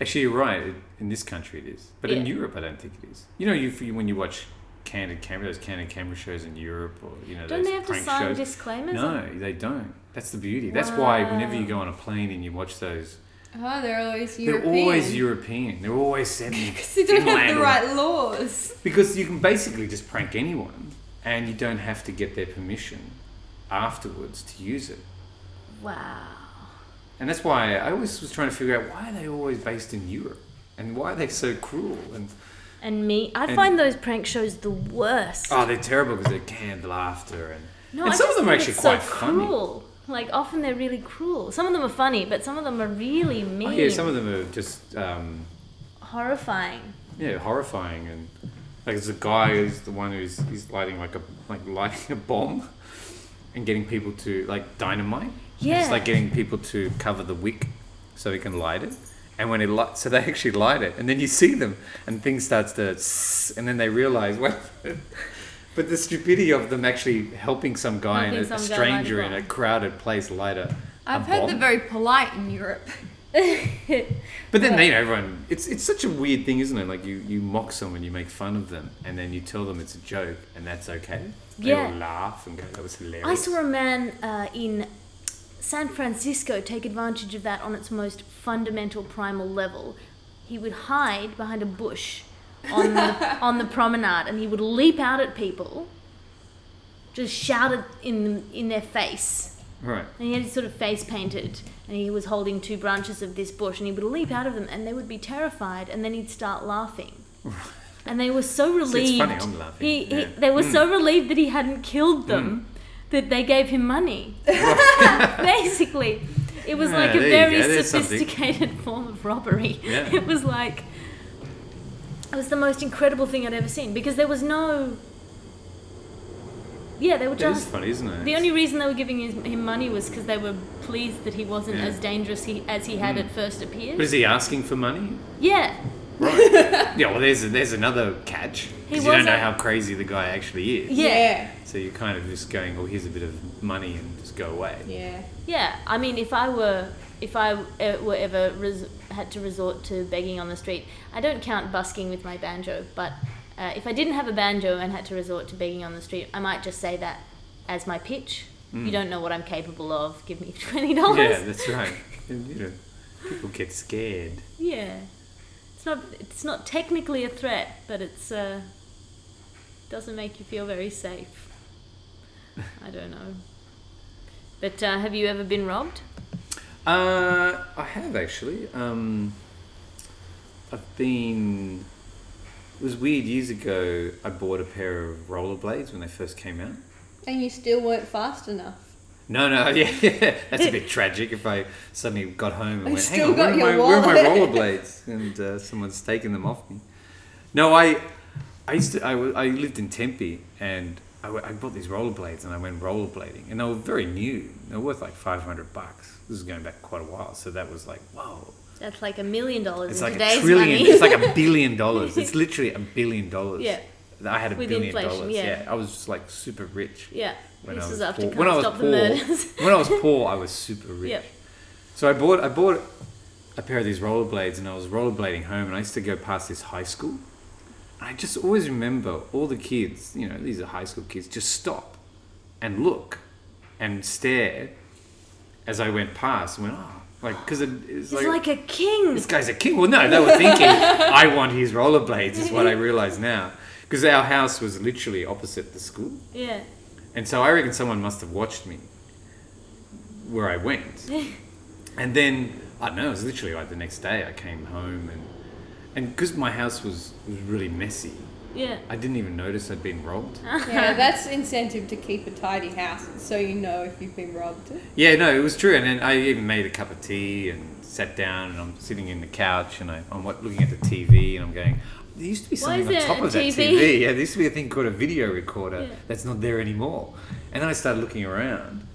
[SPEAKER 2] Actually, you're right. It, in this country, it is, but in
[SPEAKER 1] Yeah.
[SPEAKER 2] Europe, I don't think it is. You know, you, you when you watch candid camera, those candid camera shows in Europe, or you know,
[SPEAKER 1] Don't
[SPEAKER 2] those
[SPEAKER 1] they have to
[SPEAKER 2] prank
[SPEAKER 1] sign
[SPEAKER 2] shows.
[SPEAKER 1] disclaimers?
[SPEAKER 2] No, they don't. That's the beauty. That's why whenever you
[SPEAKER 1] Wow.
[SPEAKER 2] go on a plane and you watch those,
[SPEAKER 5] Oh, they're always
[SPEAKER 2] they're always
[SPEAKER 5] European.
[SPEAKER 2] European. They're always set in
[SPEAKER 5] Because they don't have
[SPEAKER 2] Finland
[SPEAKER 5] the
[SPEAKER 2] or-
[SPEAKER 5] right laws.
[SPEAKER 2] because you can basically just prank anyone, and you don't have to get their permission afterwards to use it.
[SPEAKER 1] Wow.
[SPEAKER 2] And that's why I always was trying to figure out why are they always based in Europe, and why are they so cruel and.
[SPEAKER 1] And me, I
[SPEAKER 2] And-
[SPEAKER 1] find those prank shows the worst.
[SPEAKER 2] Oh, they're terrible because they're canned laughter and,
[SPEAKER 1] no,
[SPEAKER 2] and
[SPEAKER 1] I
[SPEAKER 2] some of
[SPEAKER 1] just
[SPEAKER 2] them are
[SPEAKER 1] think
[SPEAKER 2] actually
[SPEAKER 1] it's
[SPEAKER 2] quite
[SPEAKER 1] so
[SPEAKER 2] funny.
[SPEAKER 1] cruel. Like often they're really cruel. Some of them are funny, but some of them are really mean,
[SPEAKER 2] Oh, yeah, some of them are just um,
[SPEAKER 1] horrifying.
[SPEAKER 2] yeah horrifying and like there's a guy who's the one who's he's lighting like a like lighting a bomb and getting people to like dynamite.
[SPEAKER 1] Yeah.
[SPEAKER 2] it's like getting people to cover the wick so he can light it. And when it light, so they actually light it, and then you see them, and things starts to, s- and then they realize what. But the stupidity of them actually helping some guy
[SPEAKER 1] Helping
[SPEAKER 2] and a,
[SPEAKER 1] some guy light a
[SPEAKER 2] stranger in a
[SPEAKER 1] bomb.
[SPEAKER 2] crowded place light a,
[SPEAKER 5] I've
[SPEAKER 2] a
[SPEAKER 5] heard
[SPEAKER 2] bomb.
[SPEAKER 5] they're very polite in Europe.
[SPEAKER 2] But then you know everyone. It's it's such a weird thing, isn't it? Like you you mock someone, you make fun of them, and then you tell them it's a joke, and that's okay. They
[SPEAKER 1] Yeah.
[SPEAKER 2] all laugh and go, "That was hilarious."
[SPEAKER 1] I saw a man uh, in San Francisco take advantage of that on its most fundamental primal level. He would hide behind a bush on the, on the promenade and he would leap out at people, just shout it in, in their face.
[SPEAKER 2] right.
[SPEAKER 1] And he had his sort of face painted and he was holding two branches of this bush and he would leap out of them and they would be terrified and then he'd start laughing. And they were so
[SPEAKER 2] funny,
[SPEAKER 1] relieved.
[SPEAKER 2] I'm laughing,
[SPEAKER 1] He, he,
[SPEAKER 2] yeah. Hmm.
[SPEAKER 1] they were so relieved that he hadn't killed them that they gave him money. Basically, it was
[SPEAKER 2] Yeah,
[SPEAKER 1] like a
[SPEAKER 2] there you
[SPEAKER 1] very
[SPEAKER 2] go, there's something.
[SPEAKER 1] sophisticated form of robbery.
[SPEAKER 2] Yeah.
[SPEAKER 1] It was like it was the most incredible thing I'd ever seen because there was no. Yeah, they were
[SPEAKER 2] It is
[SPEAKER 1] just
[SPEAKER 2] funny, isn't it?
[SPEAKER 1] the only reason they were giving his, him money was because they were pleased that he wasn't
[SPEAKER 2] Yeah. Mm.
[SPEAKER 1] as dangerous he, as he had at first appeared.
[SPEAKER 2] But is he asking for money?
[SPEAKER 1] yeah,
[SPEAKER 2] Yeah. Well, there's there's another catch
[SPEAKER 1] He
[SPEAKER 2] because you don't know
[SPEAKER 1] wasn't-
[SPEAKER 2] how crazy the guy actually is.
[SPEAKER 1] Yeah.
[SPEAKER 2] So you're kind of just going, "Well, here's a bit of money," and just go away.
[SPEAKER 5] Yeah. Yeah.
[SPEAKER 1] yeah. I mean, if I were if I uh, were ever res- had to resort to begging on the street, I don't count busking with my banjo. But uh, if I didn't have a banjo and had to resort to begging on the street, I might just say that as my pitch. You don't know what I'm capable of. Give me twenty
[SPEAKER 2] Mm. Yeah,
[SPEAKER 1] dollars.
[SPEAKER 2] that's right. And, you know, people get scared.
[SPEAKER 1] yeah. It's not it's not technically a threat, but it's uh doesn't make you feel very safe. I don't know. But uh, have you ever been robbed?
[SPEAKER 2] Uh, I have actually. Um, I've been. It was weird years ago. I bought a pair of rollerblades when they first came out.
[SPEAKER 5] And you still weren't fast enough.
[SPEAKER 2] No, no, yeah, that's a bit tragic. If I suddenly got home and
[SPEAKER 5] I
[SPEAKER 2] went, "Hang
[SPEAKER 5] still
[SPEAKER 2] on, where,
[SPEAKER 5] got
[SPEAKER 2] are my,
[SPEAKER 5] your
[SPEAKER 2] where are my
[SPEAKER 5] wallet."
[SPEAKER 2] rollerblades?" and uh, someone's taken them off me. No, I, I used to. I, wa- I lived in Tempe, and I, wa- I bought these rollerblades, and I went rollerblading, and they were very new. They were worth like five hundred bucks. This is going back quite a while, so that was like, whoa.
[SPEAKER 1] That's like a million dollars
[SPEAKER 2] It's
[SPEAKER 1] in
[SPEAKER 2] like a
[SPEAKER 1] today's
[SPEAKER 2] trillion.
[SPEAKER 1] money.
[SPEAKER 2] It's like a billion dollars. It's literally a billion dollars.
[SPEAKER 1] Yeah.
[SPEAKER 2] I had a
[SPEAKER 1] With
[SPEAKER 2] billion
[SPEAKER 1] inflation,
[SPEAKER 2] dollars.
[SPEAKER 1] yeah.
[SPEAKER 2] Yeah. I was just like super rich.
[SPEAKER 1] yeah.
[SPEAKER 2] When
[SPEAKER 1] this
[SPEAKER 2] I
[SPEAKER 1] was
[SPEAKER 2] was
[SPEAKER 1] after
[SPEAKER 2] poor.
[SPEAKER 1] Can't
[SPEAKER 2] When I was
[SPEAKER 1] Stop the
[SPEAKER 2] poor.
[SPEAKER 1] Murders.
[SPEAKER 2] When I was poor, I was super rich.
[SPEAKER 1] yeah.
[SPEAKER 2] So I bought I bought a pair of these rollerblades, and I was rollerblading home, and I used to go past this high school. And I just always remember all the kids, you know, these are high school kids, just stop and look and stare as I went past and went, oh, like, because it, it's
[SPEAKER 1] He's like, a king.
[SPEAKER 2] this guy's a king. Well, no, they were thinking, I want his rollerblades, is what I realise now. Because our house was literally opposite the school.
[SPEAKER 1] Yeah.
[SPEAKER 2] And so I reckon someone must have watched me where I went. and then, I don't know, it was literally like the next day I came home and. And because my house was, was really messy,
[SPEAKER 1] Yeah.
[SPEAKER 2] I didn't even notice I'd been robbed.
[SPEAKER 1] yeah,
[SPEAKER 5] yeah, that's incentive to keep a tidy house so you know if you've been robbed.
[SPEAKER 2] Yeah, no, it was true. And then I even made a cup of tea and sat down, and I'm sitting in the couch, and I, I'm what, looking at the TV, and I'm going. There used to be
[SPEAKER 1] Why
[SPEAKER 2] something
[SPEAKER 1] is
[SPEAKER 2] on
[SPEAKER 1] there
[SPEAKER 2] top
[SPEAKER 1] a
[SPEAKER 2] of that
[SPEAKER 1] TV?
[SPEAKER 2] TV. Yeah, there used to be a thing called a video recorder
[SPEAKER 1] Yeah.
[SPEAKER 2] that's not there anymore. And then I started looking around,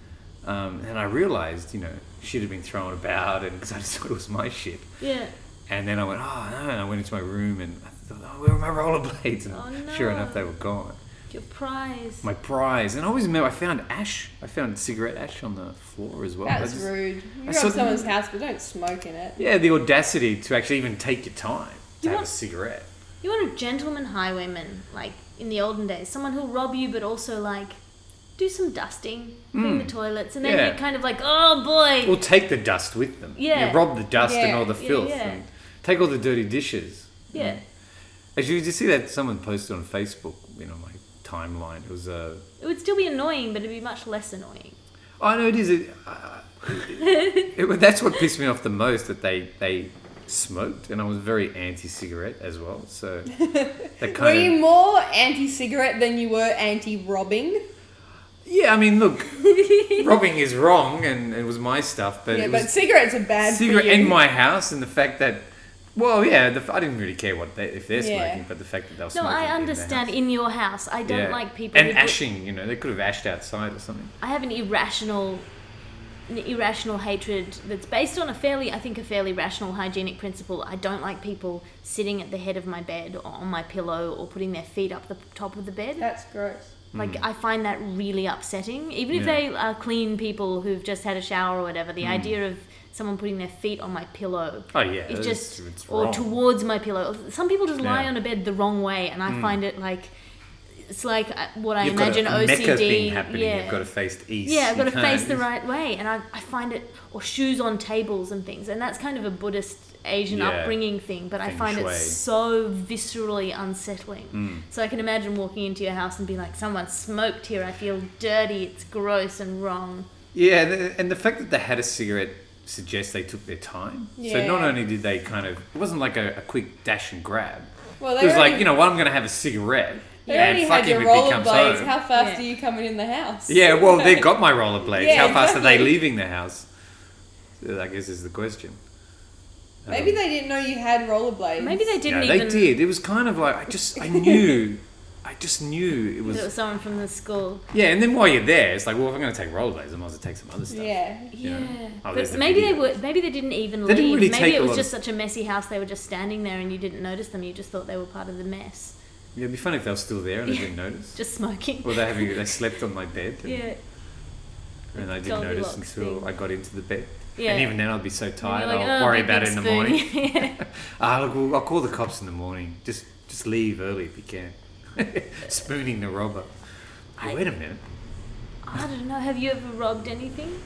[SPEAKER 2] um, and I realized, you know, shit had been thrown about, and because I just thought it was my shit.
[SPEAKER 1] yeah.
[SPEAKER 2] And then I went, oh no! And I went into my room, and I thought, oh, where are my rollerblades? And
[SPEAKER 1] Oh, no.
[SPEAKER 2] sure enough, they were gone.
[SPEAKER 1] Your prize.
[SPEAKER 2] My prize, and I always remember I found ash. I found cigarette ash on the floor as well. I
[SPEAKER 5] That's
[SPEAKER 2] just-
[SPEAKER 5] rude.
[SPEAKER 2] I
[SPEAKER 5] You're
[SPEAKER 2] saw-
[SPEAKER 5] on someone's house, but don't smoke in it.
[SPEAKER 2] Yeah, the audacity to actually even take your time to
[SPEAKER 1] You
[SPEAKER 2] have a
[SPEAKER 1] want-
[SPEAKER 2] cigarette.
[SPEAKER 1] You want a gentleman highwayman, like in the olden days, someone who'll rob you, but also like do some dusting, clean
[SPEAKER 2] Mm.
[SPEAKER 1] the toilets, and then
[SPEAKER 2] Yeah.
[SPEAKER 1] you're kind of like, oh boy.
[SPEAKER 2] Or take the dust with them.
[SPEAKER 1] Yeah.
[SPEAKER 2] You rob the dust and
[SPEAKER 5] Yeah,
[SPEAKER 2] all the
[SPEAKER 1] yeah,
[SPEAKER 2] filth.
[SPEAKER 1] yeah.
[SPEAKER 2] And take all the dirty dishes.
[SPEAKER 1] yeah.
[SPEAKER 2] Actually, did you see that someone posted on Facebook, you know, my timeline? It was uh, a.
[SPEAKER 1] It would still be annoying, but it'd be much less annoying.
[SPEAKER 2] I know oh, it is. It, uh, it, it- that's what pissed me off the most that they, they smoked, and I was very anti cigarette as well. So that
[SPEAKER 5] Were
[SPEAKER 2] kind of.
[SPEAKER 5] you more anti-cigarette than you were anti-robbing?
[SPEAKER 2] Yeah, I mean, look, robbing is wrong, and it was my stuff, but
[SPEAKER 5] yeah,
[SPEAKER 2] it
[SPEAKER 5] but
[SPEAKER 2] was
[SPEAKER 5] cigarettes are bad
[SPEAKER 2] cigarette
[SPEAKER 5] for you.
[SPEAKER 2] in my house and the fact that well yeah the, i didn't really care what they, if they're
[SPEAKER 5] Yeah.
[SPEAKER 2] smoking but the fact that they were
[SPEAKER 1] No,
[SPEAKER 2] smoking
[SPEAKER 1] I
[SPEAKER 2] in their
[SPEAKER 1] understand.
[SPEAKER 2] house.
[SPEAKER 1] In your house, I don't
[SPEAKER 2] Yeah.
[SPEAKER 1] like people.
[SPEAKER 2] and
[SPEAKER 1] who put-
[SPEAKER 2] ashing you know they could have ashed outside or something
[SPEAKER 1] I have an irrational, an irrational hatred that's based on a fairly, I think, a fairly rational hygienic principle. I don't like people sitting at the head of my bed or on my pillow or putting their feet up the top of the bed.
[SPEAKER 5] That's gross.
[SPEAKER 1] Like I find that really upsetting. Even if
[SPEAKER 2] Mm. Yeah. Mm.
[SPEAKER 1] they are clean people who've just had a shower or whatever, the idea of someone putting their feet on my pillow.
[SPEAKER 2] oh yeah
[SPEAKER 1] It's just
[SPEAKER 2] it's
[SPEAKER 1] or
[SPEAKER 2] wrong.
[SPEAKER 1] towards my pillow. Some people just lie
[SPEAKER 2] Yeah. Mm.
[SPEAKER 1] on a bed the wrong way, and I find it like it's like uh, what I
[SPEAKER 2] You've got a-
[SPEAKER 1] imagine
[SPEAKER 2] a
[SPEAKER 1] OCD.
[SPEAKER 2] Mecca thing happening.
[SPEAKER 1] Yeah,
[SPEAKER 2] You've got to face east.
[SPEAKER 1] yeah, I've
[SPEAKER 2] You
[SPEAKER 1] got to face
[SPEAKER 2] can't-
[SPEAKER 1] the right way, and I, I find it or shoes on tables and things, and that's kind of a Buddhist Asian
[SPEAKER 2] Yeah.
[SPEAKER 1] upbringing thing. But I
[SPEAKER 2] Feng
[SPEAKER 1] find
[SPEAKER 2] shui. Mm.
[SPEAKER 1] it so viscerally unsettling. So I can imagine walking into your house and being like, "Someone smoked here. I feel dirty. It's gross and wrong."
[SPEAKER 2] Yeah, and the, and the fact that they had a cigarette suggests they took their time. So not
[SPEAKER 5] Yeah.
[SPEAKER 2] only did they kind of it wasn't like a, a quick dash and grab.
[SPEAKER 5] Well,
[SPEAKER 2] It was
[SPEAKER 5] already-
[SPEAKER 2] like you know what I'm going to have a cigarette.
[SPEAKER 5] They
[SPEAKER 2] and
[SPEAKER 5] already
[SPEAKER 2] fuck
[SPEAKER 5] had your
[SPEAKER 2] if it becomes
[SPEAKER 5] rollerblades.
[SPEAKER 2] home.
[SPEAKER 5] How fast
[SPEAKER 1] Yeah.
[SPEAKER 5] are you coming in the house?
[SPEAKER 2] Yeah, well, they've got my rollerblades.
[SPEAKER 5] Yeah,
[SPEAKER 2] How fast are they
[SPEAKER 5] exactly.
[SPEAKER 2] leaving the house? Uh, I guess is the question. Um,
[SPEAKER 5] Maybe they didn't know you had rollerblades.
[SPEAKER 1] Maybe they
[SPEAKER 2] yeah,
[SPEAKER 1] didn't
[SPEAKER 2] they
[SPEAKER 1] even.
[SPEAKER 2] did. It was kind of like I just I knew, I just knew it
[SPEAKER 1] that
[SPEAKER 2] was.
[SPEAKER 1] It was someone from the school.
[SPEAKER 2] Yeah, and then while you're there, it's like, well, if I'm going to take rollerblades, I might as well take some other stuff.
[SPEAKER 5] Yeah.
[SPEAKER 1] Yeah,
[SPEAKER 2] Yeah. Oh,
[SPEAKER 1] but
[SPEAKER 2] there's the
[SPEAKER 1] maybe they
[SPEAKER 2] video.
[SPEAKER 1] were. Maybe they didn't even
[SPEAKER 2] They
[SPEAKER 1] leave.
[SPEAKER 2] didn't really
[SPEAKER 1] maybe
[SPEAKER 2] take a
[SPEAKER 1] it
[SPEAKER 2] lot
[SPEAKER 1] was
[SPEAKER 2] of-
[SPEAKER 1] just such a messy house. They were just standing there, and you didn't notice them. You just thought they were part of the mess,
[SPEAKER 2] Yeah, it'd be funny if they were still there and I
[SPEAKER 1] Yeah.
[SPEAKER 2] didn't notice.
[SPEAKER 1] just smoking.
[SPEAKER 2] Or they having they slept on my bed. And,
[SPEAKER 1] Yeah,
[SPEAKER 2] and I didn't notice
[SPEAKER 1] Goldilocks
[SPEAKER 2] until
[SPEAKER 1] thing.
[SPEAKER 2] I got into the bed.
[SPEAKER 1] yeah.
[SPEAKER 2] And even then, I'd be so tired.
[SPEAKER 1] And you're like,
[SPEAKER 2] I'll
[SPEAKER 1] "Oh,
[SPEAKER 2] worry
[SPEAKER 1] my
[SPEAKER 2] about
[SPEAKER 1] big
[SPEAKER 2] it in the
[SPEAKER 1] spoon."
[SPEAKER 2] morning.
[SPEAKER 1] Yeah.
[SPEAKER 2] Ah, look, we'll, I'll call the cops in the morning. Just just leave early if you can. Spooning the robber. Hey,
[SPEAKER 1] I-
[SPEAKER 2] wait a minute.
[SPEAKER 1] I don't know. Have you ever robbed anything?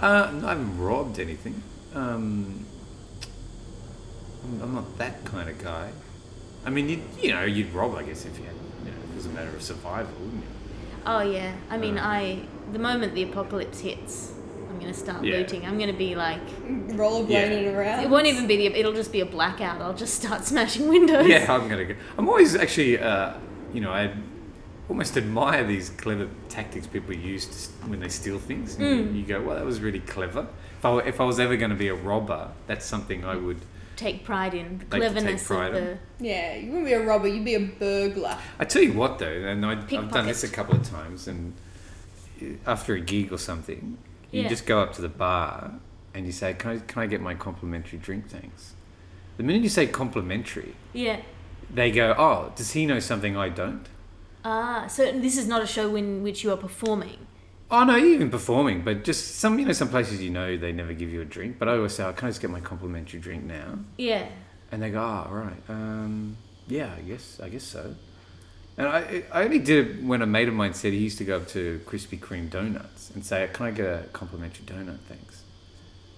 [SPEAKER 2] Uh, no, I haven't robbed anything. Um, I'm- I'm not that kind of guy. I mean, you'd, you know, you'd rob, I guess, if you had, you know, if it was a matter of survival, wouldn't you?
[SPEAKER 1] Oh yeah. I mean,
[SPEAKER 2] Uh.
[SPEAKER 1] I the moment the apocalypse hits, I'm gonna start
[SPEAKER 2] Yeah.
[SPEAKER 1] looting. I'm gonna be like,
[SPEAKER 5] Rollerblading
[SPEAKER 2] Yeah.
[SPEAKER 5] around.
[SPEAKER 1] it won't even be the. It'll just be a blackout. I'll just start smashing windows.
[SPEAKER 2] Yeah, I'm gonna go. I'm always actually, uh, you know, I almost admire these clever tactics people use to, s- when they steal things.
[SPEAKER 1] Mm.
[SPEAKER 2] And You go, well, that was really clever. If I, were- if I was ever going to be a robber, that's something I would.
[SPEAKER 1] Take pride in the
[SPEAKER 2] Like to take
[SPEAKER 1] cleverness
[SPEAKER 2] pride
[SPEAKER 1] of
[SPEAKER 2] in.
[SPEAKER 1] the.
[SPEAKER 5] Yeah, you wouldn't be a robber, you'd be a burglar.
[SPEAKER 2] I tell you what, though, and I, I've done this a
[SPEAKER 1] Pickpocket.
[SPEAKER 2] couple of times, and uh, after a gig or something, you
[SPEAKER 1] Yeah.
[SPEAKER 2] just go up to the bar and you say, "Can I, can I get my complimentary drink, thanks?" The minute you say complimentary,
[SPEAKER 1] Yeah.
[SPEAKER 2] they go, "Oh, does he know something I don't?"
[SPEAKER 1] Ah, so this is not a show in which you are performing.
[SPEAKER 2] Oh no, even performing, but just some you know some places you know they never give you a drink, but I always say, oh, "Can I just get my complimentary drink now?"
[SPEAKER 1] Yeah.
[SPEAKER 2] And they go, "Ah, right, um, yeah, I guess I guess so." And I, I only did it when a mate of mine said he used to go up to Krispy Kreme donuts and say, "Can I get a complimentary donut, thanks?"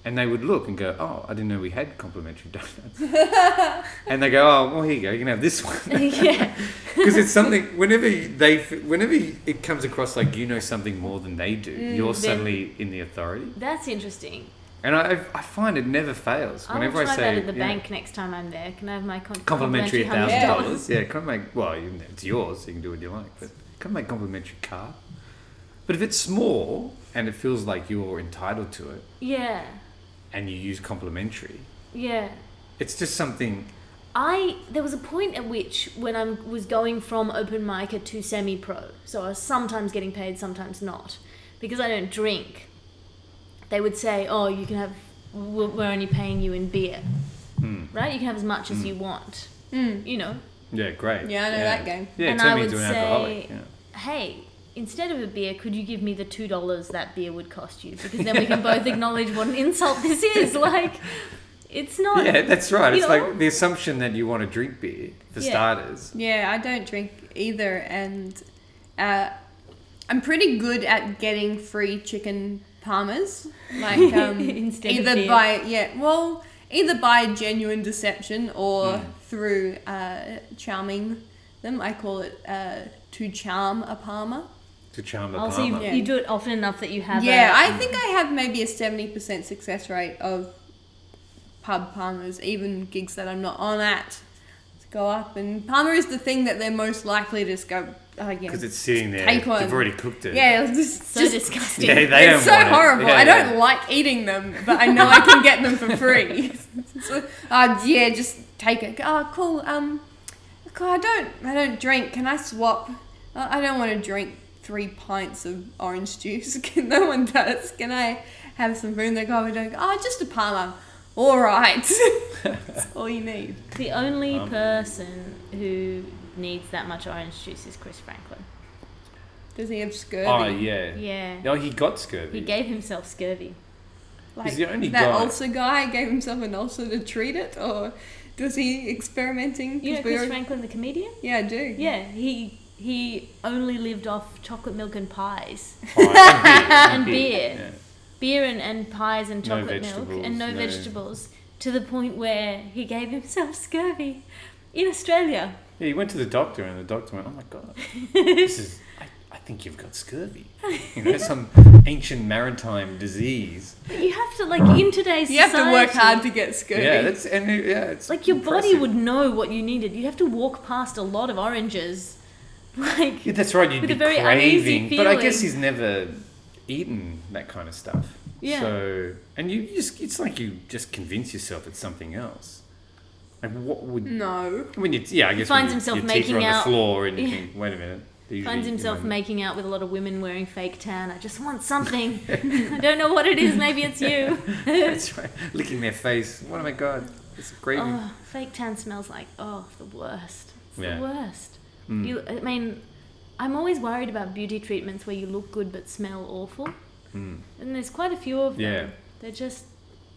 [SPEAKER 2] And they would look and go, "Oh, I didn't know we had complimentary donuts." and they go, "Oh, well, here you go. You can have this one."
[SPEAKER 1] yeah.
[SPEAKER 2] because it's something whenever they whenever it comes across like you know something more than they do
[SPEAKER 1] Mm,
[SPEAKER 2] you're
[SPEAKER 1] then-
[SPEAKER 2] suddenly in the authority
[SPEAKER 1] That's interesting.
[SPEAKER 2] And I, I find it never fails.
[SPEAKER 1] I'll
[SPEAKER 2] Whenever I
[SPEAKER 1] try
[SPEAKER 2] say
[SPEAKER 1] that at the
[SPEAKER 2] yeah,
[SPEAKER 1] bank next time I'm there. Can I have my con-
[SPEAKER 2] complimentary
[SPEAKER 1] hundred
[SPEAKER 2] thousand
[SPEAKER 5] Yeah.
[SPEAKER 2] dollars, yeah, can I make? Well, you, it's yours. You can do what you like, but can I make complimentary card? But if it's small and it feels like you're entitled to it,
[SPEAKER 1] Yeah,
[SPEAKER 2] and you use complimentary,
[SPEAKER 1] yeah.
[SPEAKER 2] it's just something.
[SPEAKER 1] I there was a point at which when I was going from open micer to semi pro, so I was sometimes getting paid, sometimes not, because I don't drink. They would say, "Oh, you can have. We're we're only paying you in beer,
[SPEAKER 2] Hmm.
[SPEAKER 1] right? You can have as much as you want.
[SPEAKER 5] Mm.
[SPEAKER 1] You know,
[SPEAKER 2] Yeah, great.
[SPEAKER 5] Yeah, I know that game.
[SPEAKER 2] Yeah,
[SPEAKER 1] And
[SPEAKER 2] turn
[SPEAKER 1] I
[SPEAKER 2] me
[SPEAKER 1] would
[SPEAKER 2] into an
[SPEAKER 1] say-
[SPEAKER 2] alcoholic. Yeah.
[SPEAKER 1] hey." Instead of a beer, could you give me the two dollars that beer would cost you? Because then we can both acknowledge what an insult this is. Like, it's not.
[SPEAKER 2] Yeah, that's right.
[SPEAKER 1] you
[SPEAKER 2] It's
[SPEAKER 1] know?
[SPEAKER 2] like the assumption that you want to drink beer for
[SPEAKER 1] Yeah.
[SPEAKER 2] starters.
[SPEAKER 5] Yeah, I don't drink either, and uh, I'm pretty good at getting free chicken parmas. Like um,
[SPEAKER 1] Instead of
[SPEAKER 5] either
[SPEAKER 1] beer.
[SPEAKER 5] by yeah, well, either by genuine deception or through uh, charming them. I call it uh, to charm a parma.
[SPEAKER 2] To charm a
[SPEAKER 1] I'll see.
[SPEAKER 2] Palmer.
[SPEAKER 1] if
[SPEAKER 5] Yeah.
[SPEAKER 1] You do it often enough that you have.
[SPEAKER 5] yeah,
[SPEAKER 1] a- um,
[SPEAKER 5] I think I have maybe a seventy percent success rate of pub palmers, even gigs that I'm not on at. Go up and palmer is the thing that they're most likely to discover. Oh, yeah.
[SPEAKER 2] Because it's sitting there.
[SPEAKER 5] Take one.
[SPEAKER 2] They've already cooked it.
[SPEAKER 5] Yeah, it's just,
[SPEAKER 1] so
[SPEAKER 5] just-
[SPEAKER 1] disgusting.
[SPEAKER 2] Yeah, they don't
[SPEAKER 5] it's so
[SPEAKER 2] want it.
[SPEAKER 5] horrible.
[SPEAKER 2] Yeah,
[SPEAKER 5] I don't
[SPEAKER 2] yeah.
[SPEAKER 5] like eating them, but I know I can get them for free. so, uh, yeah, just take it. Oh, cool. Um, cool. I don't, I don't drink. Can I swap? I I don't want to drink three pints of orange juice. Can no one does? Can I have some room? They go, we don't. Oh, just a Palmer. All right. That's all you need.
[SPEAKER 1] The only
[SPEAKER 2] Um,
[SPEAKER 1] person who needs that much orange juice is Chris Franklin.
[SPEAKER 5] Does he have scurvy?
[SPEAKER 2] Oh yeah.
[SPEAKER 1] Yeah.
[SPEAKER 2] No, he got scurvy.
[SPEAKER 1] He gave himself scurvy.
[SPEAKER 5] Like
[SPEAKER 2] the only
[SPEAKER 5] that
[SPEAKER 2] guy-
[SPEAKER 5] ulcer guy gave himself an ulcer to treat it, or does he experimenting? 'Cause
[SPEAKER 1] You know
[SPEAKER 5] we
[SPEAKER 1] Chris
[SPEAKER 5] already-
[SPEAKER 1] Franklin, the comedian?
[SPEAKER 5] Yeah, I do.
[SPEAKER 1] Yeah, he he only lived off chocolate milk and pies.
[SPEAKER 2] Pie and
[SPEAKER 1] beer.
[SPEAKER 2] Yeah.
[SPEAKER 1] Beer and, and pies and
[SPEAKER 2] No
[SPEAKER 1] chocolate milk and
[SPEAKER 2] vegetables,
[SPEAKER 1] no,
[SPEAKER 2] no.
[SPEAKER 1] vegetables to the point where he gave himself scurvy in Australia.
[SPEAKER 2] Yeah, he went to the doctor, and the doctor went, "Oh my god, this is. I, I think you've got scurvy. You know, some ancient maritime disease.
[SPEAKER 1] But you have to like in today's
[SPEAKER 5] You have to work
[SPEAKER 1] society,
[SPEAKER 5] hard to get scurvy.
[SPEAKER 2] Yeah, that's and it- yeah, it's
[SPEAKER 1] like your body
[SPEAKER 2] impressive.
[SPEAKER 1] would know what you needed. You have to walk past a lot of oranges. Like
[SPEAKER 2] Yeah, that's right. You'd
[SPEAKER 1] with
[SPEAKER 2] be
[SPEAKER 1] a very
[SPEAKER 2] craving,
[SPEAKER 1] uneasy
[SPEAKER 2] but I guess
[SPEAKER 1] feeling.
[SPEAKER 2] he's never eaten that kind of stuff.
[SPEAKER 1] Yeah.
[SPEAKER 2] So, and you just—it's like you just convince yourself it's something else. Like, what would
[SPEAKER 5] no.
[SPEAKER 2] when you? Yeah, I guess
[SPEAKER 1] finds
[SPEAKER 2] when your-
[SPEAKER 1] himself
[SPEAKER 2] your teeth are
[SPEAKER 1] making
[SPEAKER 2] on
[SPEAKER 1] out-
[SPEAKER 2] the floor, and you
[SPEAKER 1] Yeah.
[SPEAKER 2] think, wait a minute. they're usually-
[SPEAKER 1] finds
[SPEAKER 2] you
[SPEAKER 1] himself
[SPEAKER 2] know,
[SPEAKER 1] making out with a lot of women wearing fake tan. I just want something. I don't know what it is. Maybe it's you.
[SPEAKER 2] That's right. Licking their face. Oh my god, it's a gravy.
[SPEAKER 1] oh, fake tan smells like oh the worst. It's
[SPEAKER 2] Yeah.
[SPEAKER 1] the worst.
[SPEAKER 2] Mm.
[SPEAKER 1] You, I mean, I'm always worried about beauty treatments where you look good but smell awful,
[SPEAKER 2] Mm.
[SPEAKER 1] and there's quite a few of
[SPEAKER 2] Yeah.
[SPEAKER 1] them. They're just.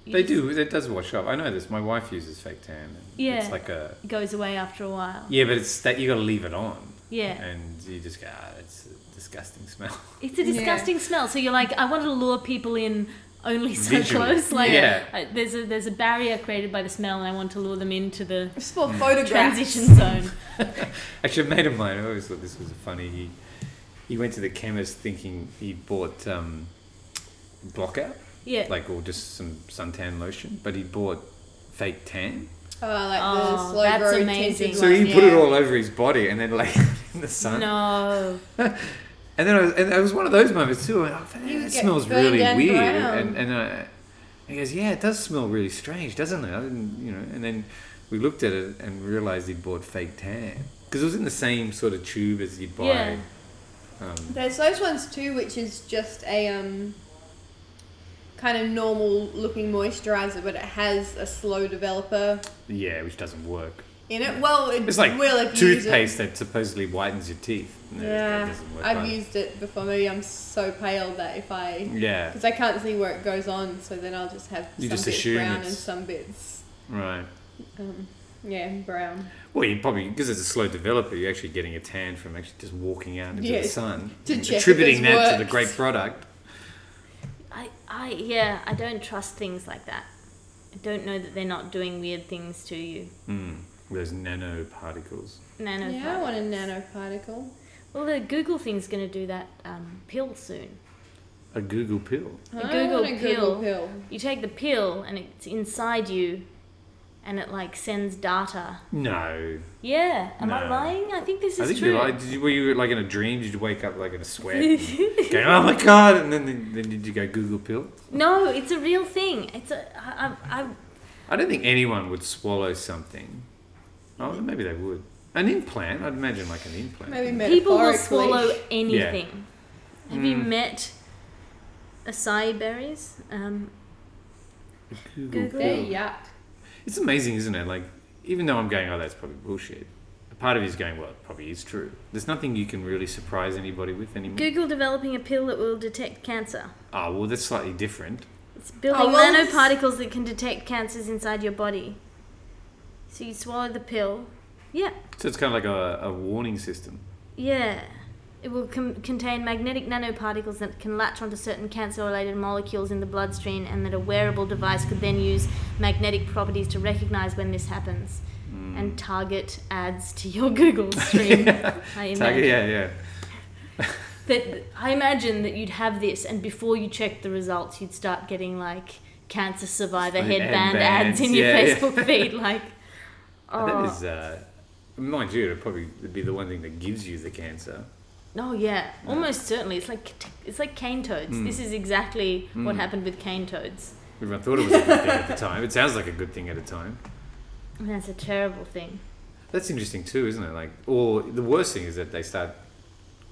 [SPEAKER 1] you
[SPEAKER 2] They
[SPEAKER 1] just-
[SPEAKER 2] do. It does wash off. I know this. My wife uses fake tan. and
[SPEAKER 1] Yeah.
[SPEAKER 2] It's like a
[SPEAKER 1] It goes away after a while.
[SPEAKER 2] yeah, but it's that you got to leave it on,
[SPEAKER 1] Yeah.
[SPEAKER 2] and you just go, ah, it's a disgusting smell.
[SPEAKER 1] It's a
[SPEAKER 5] Yeah.
[SPEAKER 1] disgusting smell. So you're like, I wanted to lure people in only so
[SPEAKER 2] Visually.
[SPEAKER 1] close. Like,
[SPEAKER 2] Yeah.
[SPEAKER 1] I, there's a there's a barrier created by the smell, and I want to lure them into the
[SPEAKER 5] It's for
[SPEAKER 2] Hmm.
[SPEAKER 5] photographs.
[SPEAKER 1] transition zone.
[SPEAKER 2] Actually, a mate of mine, I always thought this was funny. He, he went to the chemist thinking he bought um, blockout,
[SPEAKER 1] Yeah.
[SPEAKER 2] like, or just some suntan lotion, but he bought fake tan.
[SPEAKER 5] Oh, like
[SPEAKER 1] Oh,
[SPEAKER 5] the slow
[SPEAKER 1] that's
[SPEAKER 5] road
[SPEAKER 1] amazing.
[SPEAKER 5] tinted
[SPEAKER 2] So
[SPEAKER 5] one,
[SPEAKER 2] he put it
[SPEAKER 5] yeah.
[SPEAKER 2] all over his body and then laid it in the sun.
[SPEAKER 1] no.
[SPEAKER 2] And then I was, and it was one of those moments too. I went, oh,
[SPEAKER 5] You
[SPEAKER 2] man, that
[SPEAKER 5] get
[SPEAKER 2] smells
[SPEAKER 5] burned
[SPEAKER 2] really
[SPEAKER 5] and
[SPEAKER 2] weird.
[SPEAKER 5] brown.
[SPEAKER 2] And, and uh, he goes, yeah, it does smell really strange, doesn't it? I didn't, you know. And then we looked at it and realized he'd bought fake tan because it was in the same sort of tube as you'd buy.
[SPEAKER 1] Yeah.
[SPEAKER 2] Um,
[SPEAKER 5] There's those ones too, which is just a um, kind of normal looking moisturizer, but it has a slow developer
[SPEAKER 2] Yeah, which doesn't work.
[SPEAKER 5] in it. Well, it
[SPEAKER 2] It's like
[SPEAKER 5] will if you use it.
[SPEAKER 2] toothpaste that supposedly whitens your teeth. No, that
[SPEAKER 5] Yeah,
[SPEAKER 2] doesn't work
[SPEAKER 5] I've
[SPEAKER 2] either.
[SPEAKER 5] used it before. Maybe I'm so pale that if I
[SPEAKER 2] Yeah,
[SPEAKER 5] Because I can't see where it goes on, so then I'll just have
[SPEAKER 2] You
[SPEAKER 5] some
[SPEAKER 2] just
[SPEAKER 5] bits
[SPEAKER 2] assume
[SPEAKER 5] brown
[SPEAKER 2] it's-
[SPEAKER 5] and some bits,
[SPEAKER 2] right.
[SPEAKER 5] um, yeah, brown.
[SPEAKER 2] Well, you probably because it's a slow developer, you're actually getting a tan from actually just walking out into
[SPEAKER 5] Yeah,
[SPEAKER 2] the sun,
[SPEAKER 5] to
[SPEAKER 2] and
[SPEAKER 5] check if
[SPEAKER 2] attributing
[SPEAKER 5] this
[SPEAKER 2] that to the
[SPEAKER 5] works.
[SPEAKER 2] great product.
[SPEAKER 1] I, I, yeah, I don't trust things like that. I don't know that they're not doing weird things to you.
[SPEAKER 2] Mm, those nanoparticles.
[SPEAKER 1] Nano.
[SPEAKER 5] yeah, I want a nanoparticle.
[SPEAKER 1] Well, the Google thing's going to do that um, pill soon.
[SPEAKER 2] a Google pill.
[SPEAKER 5] I
[SPEAKER 1] Google
[SPEAKER 5] want a Google
[SPEAKER 1] pill.
[SPEAKER 5] pill.
[SPEAKER 1] You take the pill and it's inside you and it like sends data.
[SPEAKER 2] No,
[SPEAKER 1] Yeah, am I
[SPEAKER 2] No.
[SPEAKER 1] lying? I think this is
[SPEAKER 2] I think
[SPEAKER 1] true.
[SPEAKER 2] you like. Did you, were you like in a dream? Did you wake up like in a sweat? and going, oh my god! And then, then did you go Google pill?
[SPEAKER 1] No, it's a real thing. It's a I, I, I
[SPEAKER 2] I don't think anyone would swallow something. Oh, maybe they would. An implant? I'd imagine like an implant.
[SPEAKER 5] Maybe
[SPEAKER 1] people will
[SPEAKER 5] metaphorically.
[SPEAKER 1] swallow anything. Have you met acai berries? Um,
[SPEAKER 2] Google
[SPEAKER 1] Google.
[SPEAKER 5] They're
[SPEAKER 2] pill.
[SPEAKER 5] yuck.
[SPEAKER 2] It's amazing, isn't it? Like, even though I'm going, oh, that's probably bullshit. A part of you is going, well, it probably is true. There's nothing you can really surprise anybody with anymore.
[SPEAKER 1] Google developing a pill that will detect cancer.
[SPEAKER 2] Ah, well, that's slightly different.
[SPEAKER 1] It's building
[SPEAKER 5] Oh, well, it's-
[SPEAKER 1] nanoparticles that can detect cancers inside your body. So you swallow the pill. Yeah,
[SPEAKER 2] So it's kind of like a, a warning system.
[SPEAKER 1] yeah. It will com- contain magnetic nanoparticles that can latch onto certain cancer-related molecules in the bloodstream, and that a wearable device could then use magnetic properties to recognize when this happens and target ads to your Google stream. I imagine.
[SPEAKER 2] Target, Hmm. yeah, yeah.
[SPEAKER 1] But I imagine that you'd have this, and before you check the results, you'd start getting like cancer survivor
[SPEAKER 2] Like
[SPEAKER 1] headband
[SPEAKER 2] headbands,
[SPEAKER 1] ads in your
[SPEAKER 2] yeah, yeah.
[SPEAKER 1] Facebook feed. Like, oh,
[SPEAKER 2] That is, uh, mind you, it'd probably be the one thing that gives you the cancer.
[SPEAKER 1] no, Oh, yeah, Hmm. almost certainly. It's like it's like cane toads. This is exactly what happened with cane toads.
[SPEAKER 2] Everyone thought it was a good thing at the time. It sounds like a good thing at a time.
[SPEAKER 1] And that's a terrible thing.
[SPEAKER 2] That's interesting too, isn't it? Like, or the worst thing is that they start,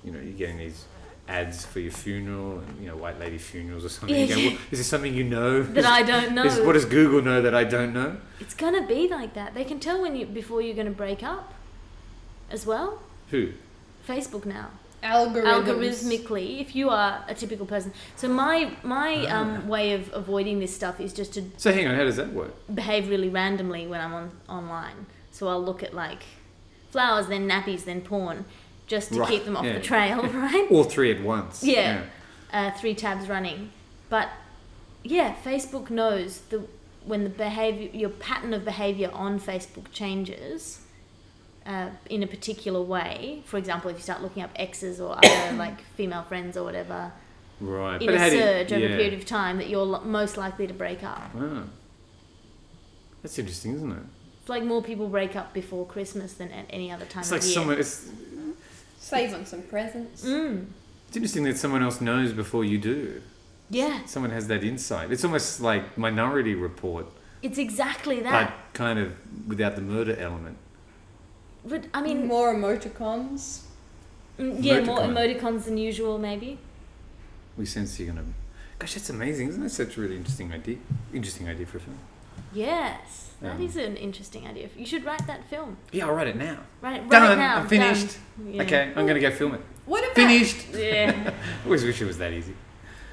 [SPEAKER 2] you know, you're getting these ads for your funeral and you know white lady funerals or something.
[SPEAKER 1] Yeah,
[SPEAKER 2] you go,
[SPEAKER 1] yeah.
[SPEAKER 2] well, is this something you know?
[SPEAKER 1] That I don't know.
[SPEAKER 2] Is, what does Google know that I don't know?
[SPEAKER 1] it's gonna be like that. They can tell when you before you're gonna break up, as well.
[SPEAKER 2] Who?
[SPEAKER 1] Facebook now.
[SPEAKER 5] Algorithms.
[SPEAKER 1] algorithmically if you are a typical person so my my um, way of avoiding this stuff is just to
[SPEAKER 2] So hang on, how does that work?
[SPEAKER 1] behave really randomly when i'm on online so i'll look at like flowers then nappies then porn just to
[SPEAKER 2] Right,
[SPEAKER 1] keep them off
[SPEAKER 2] yeah.
[SPEAKER 1] the trail right
[SPEAKER 2] All three at once.
[SPEAKER 1] yeah, Uh, three tabs running but yeah facebook knows the when the behavior your pattern of behavior on facebook changes uh, in a particular way for example if you start looking up exes or other like female friends or whatever
[SPEAKER 2] Right.
[SPEAKER 1] in
[SPEAKER 2] but how
[SPEAKER 1] a
[SPEAKER 2] do you-
[SPEAKER 1] surge over
[SPEAKER 2] yeah.
[SPEAKER 1] a period of time that you're lo- most likely to break up.
[SPEAKER 2] Wow. That's interesting, isn't it?
[SPEAKER 1] It's like more people break up before Christmas than at any other time
[SPEAKER 2] It's
[SPEAKER 1] of
[SPEAKER 2] like
[SPEAKER 1] year.
[SPEAKER 2] someone. It's,
[SPEAKER 5] Save on some presents.
[SPEAKER 1] Mm,
[SPEAKER 2] it's interesting that someone else knows before you do.
[SPEAKER 1] yeah,
[SPEAKER 2] Someone has that insight. It's almost like minority report,
[SPEAKER 1] it's exactly
[SPEAKER 2] but
[SPEAKER 1] that.
[SPEAKER 2] kind of without the murder element.
[SPEAKER 1] But, I
[SPEAKER 5] I
[SPEAKER 1] mean,
[SPEAKER 5] mean,
[SPEAKER 1] more,
[SPEAKER 5] more emoticons.
[SPEAKER 1] yeah, more
[SPEAKER 2] emoticon.
[SPEAKER 1] emoticons than usual, maybe.
[SPEAKER 2] We sense you're gonna. Gosh, that's amazing, isn't it? Such a really interesting idea. Interesting idea for a film.
[SPEAKER 1] Yes, that
[SPEAKER 2] Um,
[SPEAKER 1] is an interesting idea. You should write that film.
[SPEAKER 2] Yeah, I'll write it now.
[SPEAKER 1] Write it, write
[SPEAKER 2] Done.
[SPEAKER 1] it now.
[SPEAKER 2] I'm finished.
[SPEAKER 1] Done. Yeah.
[SPEAKER 2] Okay, I'm gonna go film it.
[SPEAKER 5] What about
[SPEAKER 2] Finished.
[SPEAKER 1] yeah,
[SPEAKER 2] I always wish it was that easy.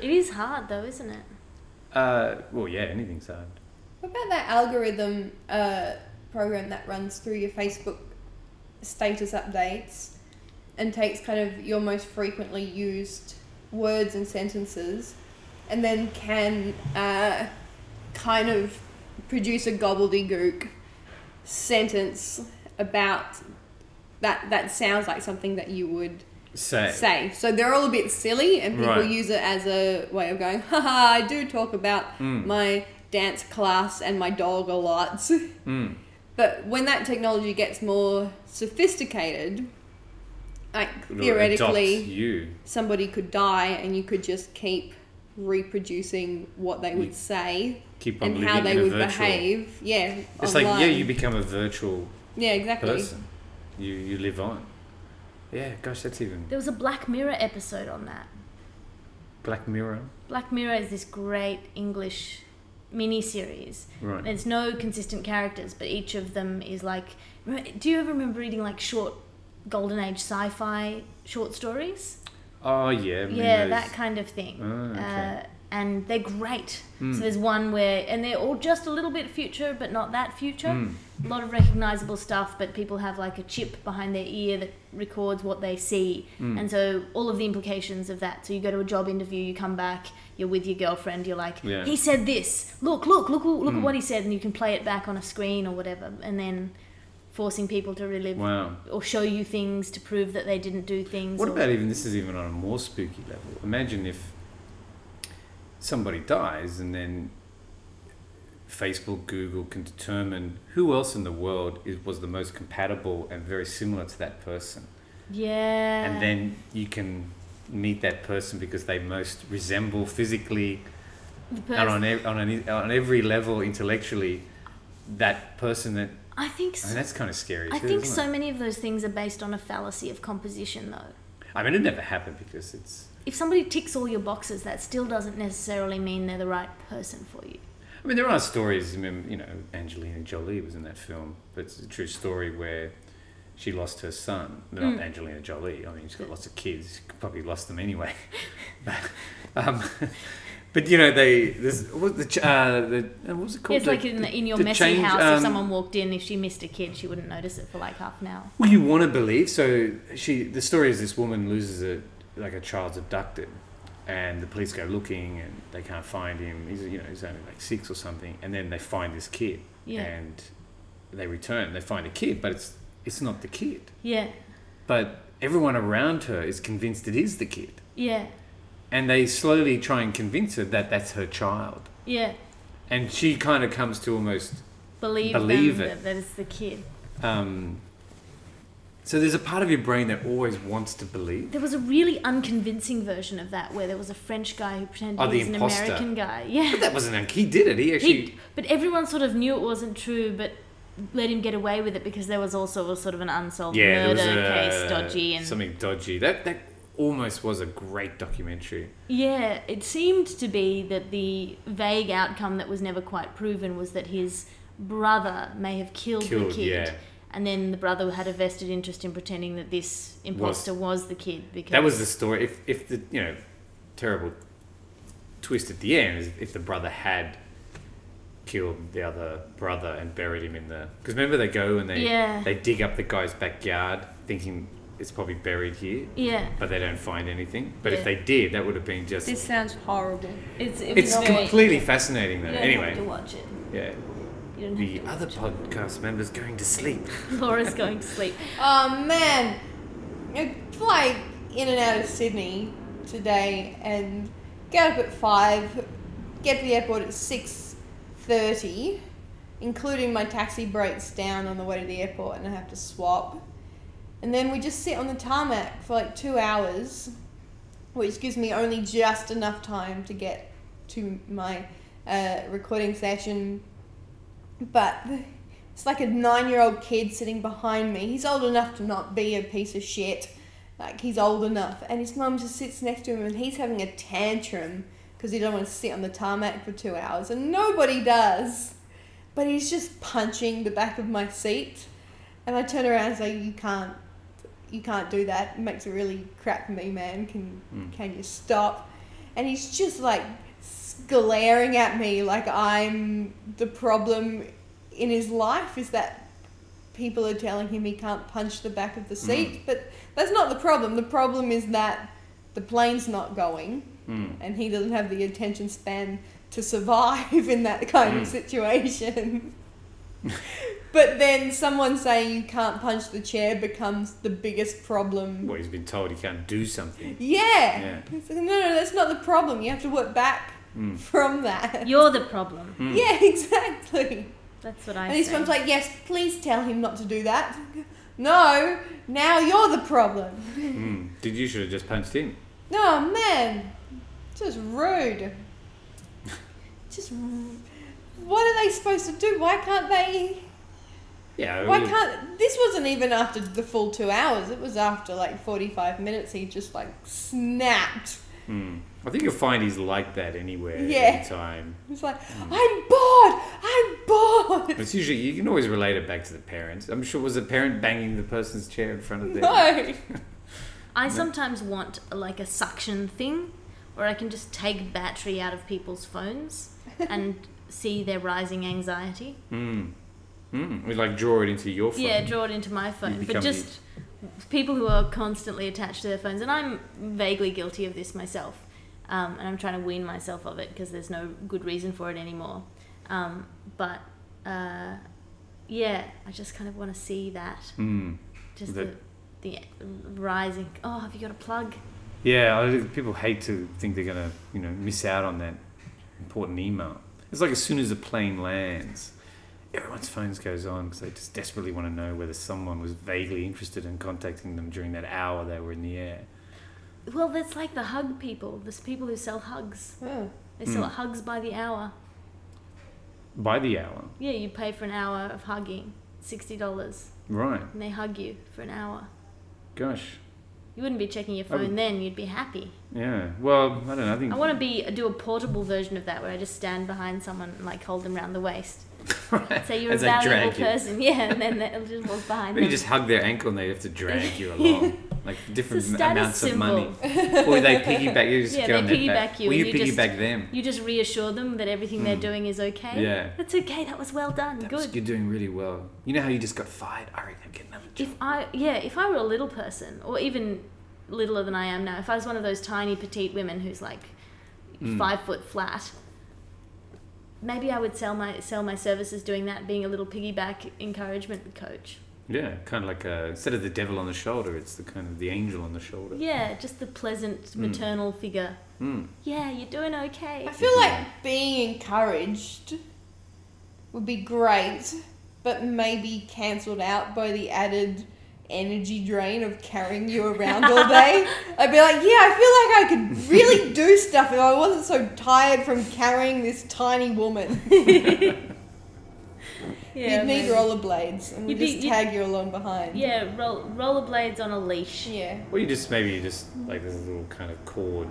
[SPEAKER 1] it is hard though, isn't it?
[SPEAKER 2] Uh, well, yeah, anything's hard.
[SPEAKER 5] what about that algorithm uh, program that runs through your Facebook status updates and takes kind of your most frequently used words and sentences, and then can uh, kind of produce a gobbledygook sentence about that that sounds like something that you would
[SPEAKER 2] Say.
[SPEAKER 5] say. So they're all a bit silly, and people
[SPEAKER 2] Right.
[SPEAKER 5] use it as a way of going, haha, I do talk about
[SPEAKER 2] Mm. Hmm.
[SPEAKER 5] my dance class and my dog a lot.
[SPEAKER 2] Mm.
[SPEAKER 5] but when that technology gets more sophisticated, like
[SPEAKER 2] It'll
[SPEAKER 5] theoretically,
[SPEAKER 2] adopt you.
[SPEAKER 5] somebody could die and you could just keep reproducing what they
[SPEAKER 2] You
[SPEAKER 5] would say
[SPEAKER 2] Keep on
[SPEAKER 5] and
[SPEAKER 2] living
[SPEAKER 5] how they
[SPEAKER 2] in a
[SPEAKER 5] would
[SPEAKER 2] virtual.
[SPEAKER 5] behave. Yeah.
[SPEAKER 2] It's
[SPEAKER 5] online.
[SPEAKER 2] like yeah, you become a virtual
[SPEAKER 5] Yeah, exactly.
[SPEAKER 2] person. You you live on. Yeah, gosh, that's even
[SPEAKER 1] There was a Black Mirror episode on that.
[SPEAKER 2] Black Mirror.
[SPEAKER 1] Black Mirror is this great English miniseries
[SPEAKER 2] Right.
[SPEAKER 1] There's no consistent characters, but each of them is like. re- Do you ever remember reading like short golden age sci-fi short stories?
[SPEAKER 2] Oh yeah. I mean,
[SPEAKER 1] yeah,
[SPEAKER 2] those-
[SPEAKER 1] that kind of thing.
[SPEAKER 2] Oh, okay. Hmm.
[SPEAKER 1] uh, and they're great. So there's one where, and they're all just a little bit future, but not that future.
[SPEAKER 2] Hmm.
[SPEAKER 1] A lot of recognizable stuff, but people have like a chip behind their ear that records what they see.
[SPEAKER 2] Mm.
[SPEAKER 1] And so all of the implications of that. So you go to a job interview, you come back, you're with your girlfriend, you're like,
[SPEAKER 2] Yeah. Mm.
[SPEAKER 1] he said this. Look, look, look, look at what he said. And you can play it back on a screen or whatever. And then forcing people to relive
[SPEAKER 2] Wow.
[SPEAKER 1] or show you things to prove that they didn't do things.
[SPEAKER 2] What
[SPEAKER 1] or-
[SPEAKER 2] about even this is even on a more spooky level? Imagine if somebody dies, and then Facebook, Google can determine who else in the world is, was the most compatible and very similar to that person.
[SPEAKER 1] Yeah.
[SPEAKER 2] And then you can meet that person because they most resemble physically
[SPEAKER 1] the
[SPEAKER 2] and
[SPEAKER 1] person,
[SPEAKER 2] on, ev- on, an, on every level intellectually that person that.
[SPEAKER 1] I think
[SPEAKER 2] I mean,
[SPEAKER 1] so,
[SPEAKER 2] that's kind of scary.
[SPEAKER 1] I
[SPEAKER 2] too,
[SPEAKER 1] think
[SPEAKER 2] isn't
[SPEAKER 1] so
[SPEAKER 2] it?
[SPEAKER 1] many of those things are based on a fallacy of composition though.
[SPEAKER 2] I mean, it never happened because it's.
[SPEAKER 1] If somebody ticks all your boxes, that still doesn't necessarily mean they're the right person for you.
[SPEAKER 2] I mean, there are stories. I mean, you know, Angelina Jolie was in that film, but it's a true story where she lost her son. Not
[SPEAKER 1] Mm.
[SPEAKER 2] Angelina Jolie. I mean, she's got lots of kids. She probably lost them anyway. but, um, but you know, they this what the ch- uh, the uh, what was it called?
[SPEAKER 1] it's
[SPEAKER 2] The-
[SPEAKER 1] like in, the, in your
[SPEAKER 2] the
[SPEAKER 1] messy
[SPEAKER 2] change,
[SPEAKER 1] house,
[SPEAKER 2] um,
[SPEAKER 1] if someone walked in, if she missed a kid, she wouldn't notice it for like half an hour.
[SPEAKER 2] Well, you want to believe. So she, the story is this woman loses a like a child's abducted, and the police go looking and they can't find him. He's you know he's only like six or something, and then they find this kid.
[SPEAKER 1] Yeah.
[SPEAKER 2] And they return. They find a kid, but it's it's not the kid.
[SPEAKER 1] Yeah.
[SPEAKER 2] But everyone around her is convinced it is the kid,
[SPEAKER 1] Yeah.
[SPEAKER 2] and they slowly try and convince her that that's her child,
[SPEAKER 1] Yeah.
[SPEAKER 2] and she kind of comes to almost
[SPEAKER 1] Believe,
[SPEAKER 2] Believe
[SPEAKER 1] them
[SPEAKER 2] it.
[SPEAKER 1] That, that it's the kid.
[SPEAKER 2] um, so there's a part of your brain that always wants to believe.
[SPEAKER 1] There was a really unconvincing version of that where there was a French guy who pretended
[SPEAKER 2] Oh,
[SPEAKER 1] he
[SPEAKER 2] the
[SPEAKER 1] was an
[SPEAKER 2] imposter.
[SPEAKER 1] American guy. Yeah.
[SPEAKER 2] But that wasn't a he did it. He actually
[SPEAKER 1] He, but everyone sort of knew it wasn't true, but let him get away with it because there was also a sort of an unsolved
[SPEAKER 2] yeah,
[SPEAKER 1] murder
[SPEAKER 2] there was a,
[SPEAKER 1] case, dodgy and
[SPEAKER 2] something dodgy. That that almost was a great documentary.
[SPEAKER 1] yeah. It seemed to be that the vague outcome that was never quite proven was that his brother may have killed,
[SPEAKER 2] Killed,
[SPEAKER 1] the kid,
[SPEAKER 2] yeah.
[SPEAKER 1] and then the brother had a vested interest in pretending that this imposter was, the kid because
[SPEAKER 2] That was the story. If if the you know terrible twist at the end is if the brother had killed the other brother and buried him in the because remember they go and they
[SPEAKER 1] Yeah.
[SPEAKER 2] they dig up the guy's backyard thinking it's probably buried here,
[SPEAKER 1] yeah.
[SPEAKER 2] but they don't find anything. But
[SPEAKER 1] Yeah.
[SPEAKER 2] if they did, that would have been just.
[SPEAKER 5] This sounds horrible.
[SPEAKER 1] It's it
[SPEAKER 2] it's
[SPEAKER 1] was very,
[SPEAKER 2] completely fascinating though.
[SPEAKER 1] You don't have to
[SPEAKER 2] Anyway,
[SPEAKER 1] watch it.
[SPEAKER 2] yeah.
[SPEAKER 1] You don't
[SPEAKER 2] The
[SPEAKER 1] have to
[SPEAKER 2] other podcast member's going to sleep.
[SPEAKER 1] Laura's going to sleep.
[SPEAKER 5] Oh man, I fly in and out of Sydney today, and get up at five, get to the airport at six thirty, including my taxi breaks down on the way to the airport, and I have to swap, and then we just sit on the tarmac for like two hours, which gives me only just enough time to get to my uh, recording session, but. It's like a nine year old kid sitting behind me. He's old enough to not be a piece of shit. Like, he's old enough. And his mum just sits next to him and he's having a tantrum because he do not want to sit on the tarmac for two hours. And nobody does. But he's just punching the back of my seat. And I turn around and say, You can't. You can't do that. It makes it really crap for me, man. Can can you stop? And he's just like s- glaring at me like I'm the problem in his life is that people are telling him he can't punch the back of the seat, but that's not the problem. The problem is that the plane's not going
[SPEAKER 2] Mm.
[SPEAKER 5] and he doesn't have the attention span to survive in that kind of situation. but then someone saying you can't punch the chair becomes the biggest problem.
[SPEAKER 2] Well, he's been told he can't do something.
[SPEAKER 5] Yeah.
[SPEAKER 2] Yeah.
[SPEAKER 5] It's like, no, no, that's not the problem. You have to work back from that.
[SPEAKER 1] You're the problem.
[SPEAKER 5] Yeah, exactly.
[SPEAKER 1] That's what I
[SPEAKER 5] And his
[SPEAKER 1] say.
[SPEAKER 5] mum's like, yes, please tell him not to do that. No, now you're the problem.
[SPEAKER 2] Mm. Did you should have just punched him?
[SPEAKER 5] No, man. Just rude. Just rude. What are they supposed to do? Why can't they?
[SPEAKER 2] Yeah.
[SPEAKER 5] Why can't. This wasn't even after the full two hours. It was after like 45 minutes. He just like snapped.
[SPEAKER 2] Mm. I think you'll find he's like that anywhere,
[SPEAKER 5] Yeah.
[SPEAKER 2] anytime.
[SPEAKER 5] He's like, I'm bored. I'm bored.
[SPEAKER 2] It's usually you can always relate it back to the parents. I'm sure was the parent banging the person's chair in front of them.
[SPEAKER 5] No.
[SPEAKER 1] I sometimes want like a suction thing where I can just take battery out of people's phones and see their rising anxiety.
[SPEAKER 2] Mm. Mm. We like draw it into your phone.
[SPEAKER 1] Yeah, draw it into my phone. But
[SPEAKER 2] become
[SPEAKER 1] just people who are constantly attached to their phones, and I'm vaguely guilty of this myself, um, and I'm trying to wean myself of it because there's no good reason for it anymore. Um, but uh, yeah, I just kind of want to see that.
[SPEAKER 2] Mm.
[SPEAKER 1] Just the,
[SPEAKER 2] That-
[SPEAKER 1] the rising. Oh, have you got a plug?
[SPEAKER 2] Yeah. I think people hate to think they're gonna you know miss out on that. important email. It's like as soon as the plane lands, everyone's phones goes on because they just desperately want to know whether someone was vaguely interested in contacting them during that hour they were in the air.
[SPEAKER 1] Well, that's like the hug people. There's people who sell hugs.
[SPEAKER 5] Oh.
[SPEAKER 1] They sell
[SPEAKER 2] Mm.
[SPEAKER 1] hugs by the hour.
[SPEAKER 2] By the hour,
[SPEAKER 1] Yeah, you pay for an hour of hugging, sixty dollars,
[SPEAKER 2] right?
[SPEAKER 1] and they hug you for an hour.
[SPEAKER 2] Gosh,
[SPEAKER 1] You wouldn't be checking your
[SPEAKER 2] I would-
[SPEAKER 1] phone then. You'd be happy.
[SPEAKER 2] yeah. Well, I don't know. I think
[SPEAKER 1] I want to be do a portable version of that where I just stand behind someone and like hold them round the waist. So you're
[SPEAKER 2] As
[SPEAKER 1] a
[SPEAKER 2] they drag
[SPEAKER 1] valuable
[SPEAKER 2] you.
[SPEAKER 1] person, yeah, and then they'll just walk behind
[SPEAKER 2] Or you
[SPEAKER 1] them.
[SPEAKER 2] just hug their ankle and they have to drag you along, like different
[SPEAKER 1] It's a
[SPEAKER 2] m-
[SPEAKER 1] status
[SPEAKER 2] amounts
[SPEAKER 1] symbol.
[SPEAKER 2] of money. Or they piggyback you, just
[SPEAKER 1] Yeah,
[SPEAKER 2] get
[SPEAKER 1] they
[SPEAKER 2] on their back.
[SPEAKER 1] piggyback you
[SPEAKER 2] Well,
[SPEAKER 1] and
[SPEAKER 2] you,
[SPEAKER 1] you just-
[SPEAKER 2] piggyback them.
[SPEAKER 1] You just reassure them that everything they're doing is okay.
[SPEAKER 2] Hmm. Yeah.
[SPEAKER 1] That's okay. That was well done.
[SPEAKER 2] That was-
[SPEAKER 1] Good.
[SPEAKER 2] you're doing really well. You know how you just got fired? All right, I'm getting another job.
[SPEAKER 1] If I yeah, if I were a little person or even littler than I am now, if I was one of those tiny petite women who's like
[SPEAKER 2] Mm.
[SPEAKER 1] five foot flat, maybe I would sell my sell my services doing that, being a little piggyback encouragement coach.
[SPEAKER 2] Yeah, kind of like a, instead of the devil on the shoulder, it's the kind of the angel on the shoulder.
[SPEAKER 1] Yeah, just the pleasant maternal figure.
[SPEAKER 2] Mm.
[SPEAKER 1] Yeah, you're doing okay.
[SPEAKER 5] I feel like being encouraged would be great, but maybe cancelled out by the added energy drain of carrying you around all day. I'd be like, yeah, I feel like I could really do stuff if I wasn't so tired from carrying this tiny woman. You'd need
[SPEAKER 1] maybe.
[SPEAKER 5] rollerblades and we'd
[SPEAKER 1] You'd be-
[SPEAKER 5] just
[SPEAKER 1] you'd-
[SPEAKER 5] tag you along behind.
[SPEAKER 1] yeah, roll, rollerblades on a leash.
[SPEAKER 5] Yeah.
[SPEAKER 2] Or you just maybe you just like there's a little kind of cord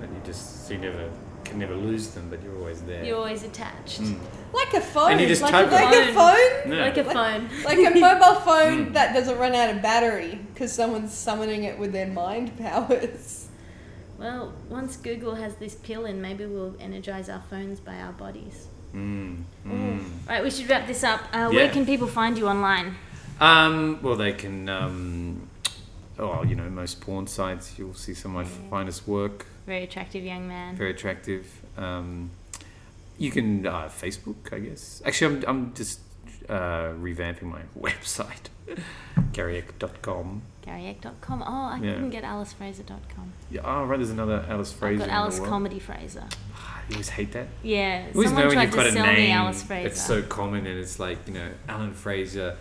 [SPEAKER 2] that you just so you never can never lose them, but you're always there.
[SPEAKER 1] You're always attached,
[SPEAKER 2] Mm.
[SPEAKER 5] Like a phone.
[SPEAKER 2] And you just
[SPEAKER 5] like,
[SPEAKER 2] tug it.
[SPEAKER 5] a, like a phone.
[SPEAKER 2] Yeah.
[SPEAKER 1] like a
[SPEAKER 5] Like-
[SPEAKER 1] phone.
[SPEAKER 5] Like a mobile phone
[SPEAKER 2] Mm.
[SPEAKER 5] that doesn't run out of battery because someone's summoning it with their mind powers.
[SPEAKER 1] Well, once Google has this pill in, maybe we'll energize our phones by our bodies.
[SPEAKER 2] mm. Mm.
[SPEAKER 1] Right, we should wrap this up. Uh,
[SPEAKER 2] Yeah.
[SPEAKER 1] Where can people find you online?
[SPEAKER 2] Um, well, they can. Um, oh, you know, most porn sites, you'll see some of my finest work.
[SPEAKER 1] Very attractive young man.
[SPEAKER 2] Very attractive. Um, you can uh, Facebook, I guess. Actually, I'm, I'm just uh, revamping my website, garyek.com.
[SPEAKER 1] GaryEck.com. Oh, I
[SPEAKER 2] Yeah.
[SPEAKER 1] couldn't get AliceFraser.com.
[SPEAKER 2] Yeah, oh, right, there's another Alice
[SPEAKER 1] I've
[SPEAKER 2] Fraser.
[SPEAKER 1] got
[SPEAKER 2] in the
[SPEAKER 1] Alice
[SPEAKER 2] world.
[SPEAKER 1] Comedy Fraser.
[SPEAKER 2] Ah, You always hate that.
[SPEAKER 1] Yeah,
[SPEAKER 2] You always know
[SPEAKER 1] someone
[SPEAKER 2] when
[SPEAKER 1] tried
[SPEAKER 2] you've got
[SPEAKER 1] to
[SPEAKER 2] a
[SPEAKER 1] sell me
[SPEAKER 2] name
[SPEAKER 1] Alice Fraser.
[SPEAKER 2] It's so common, and it's like you know Alan Fraser,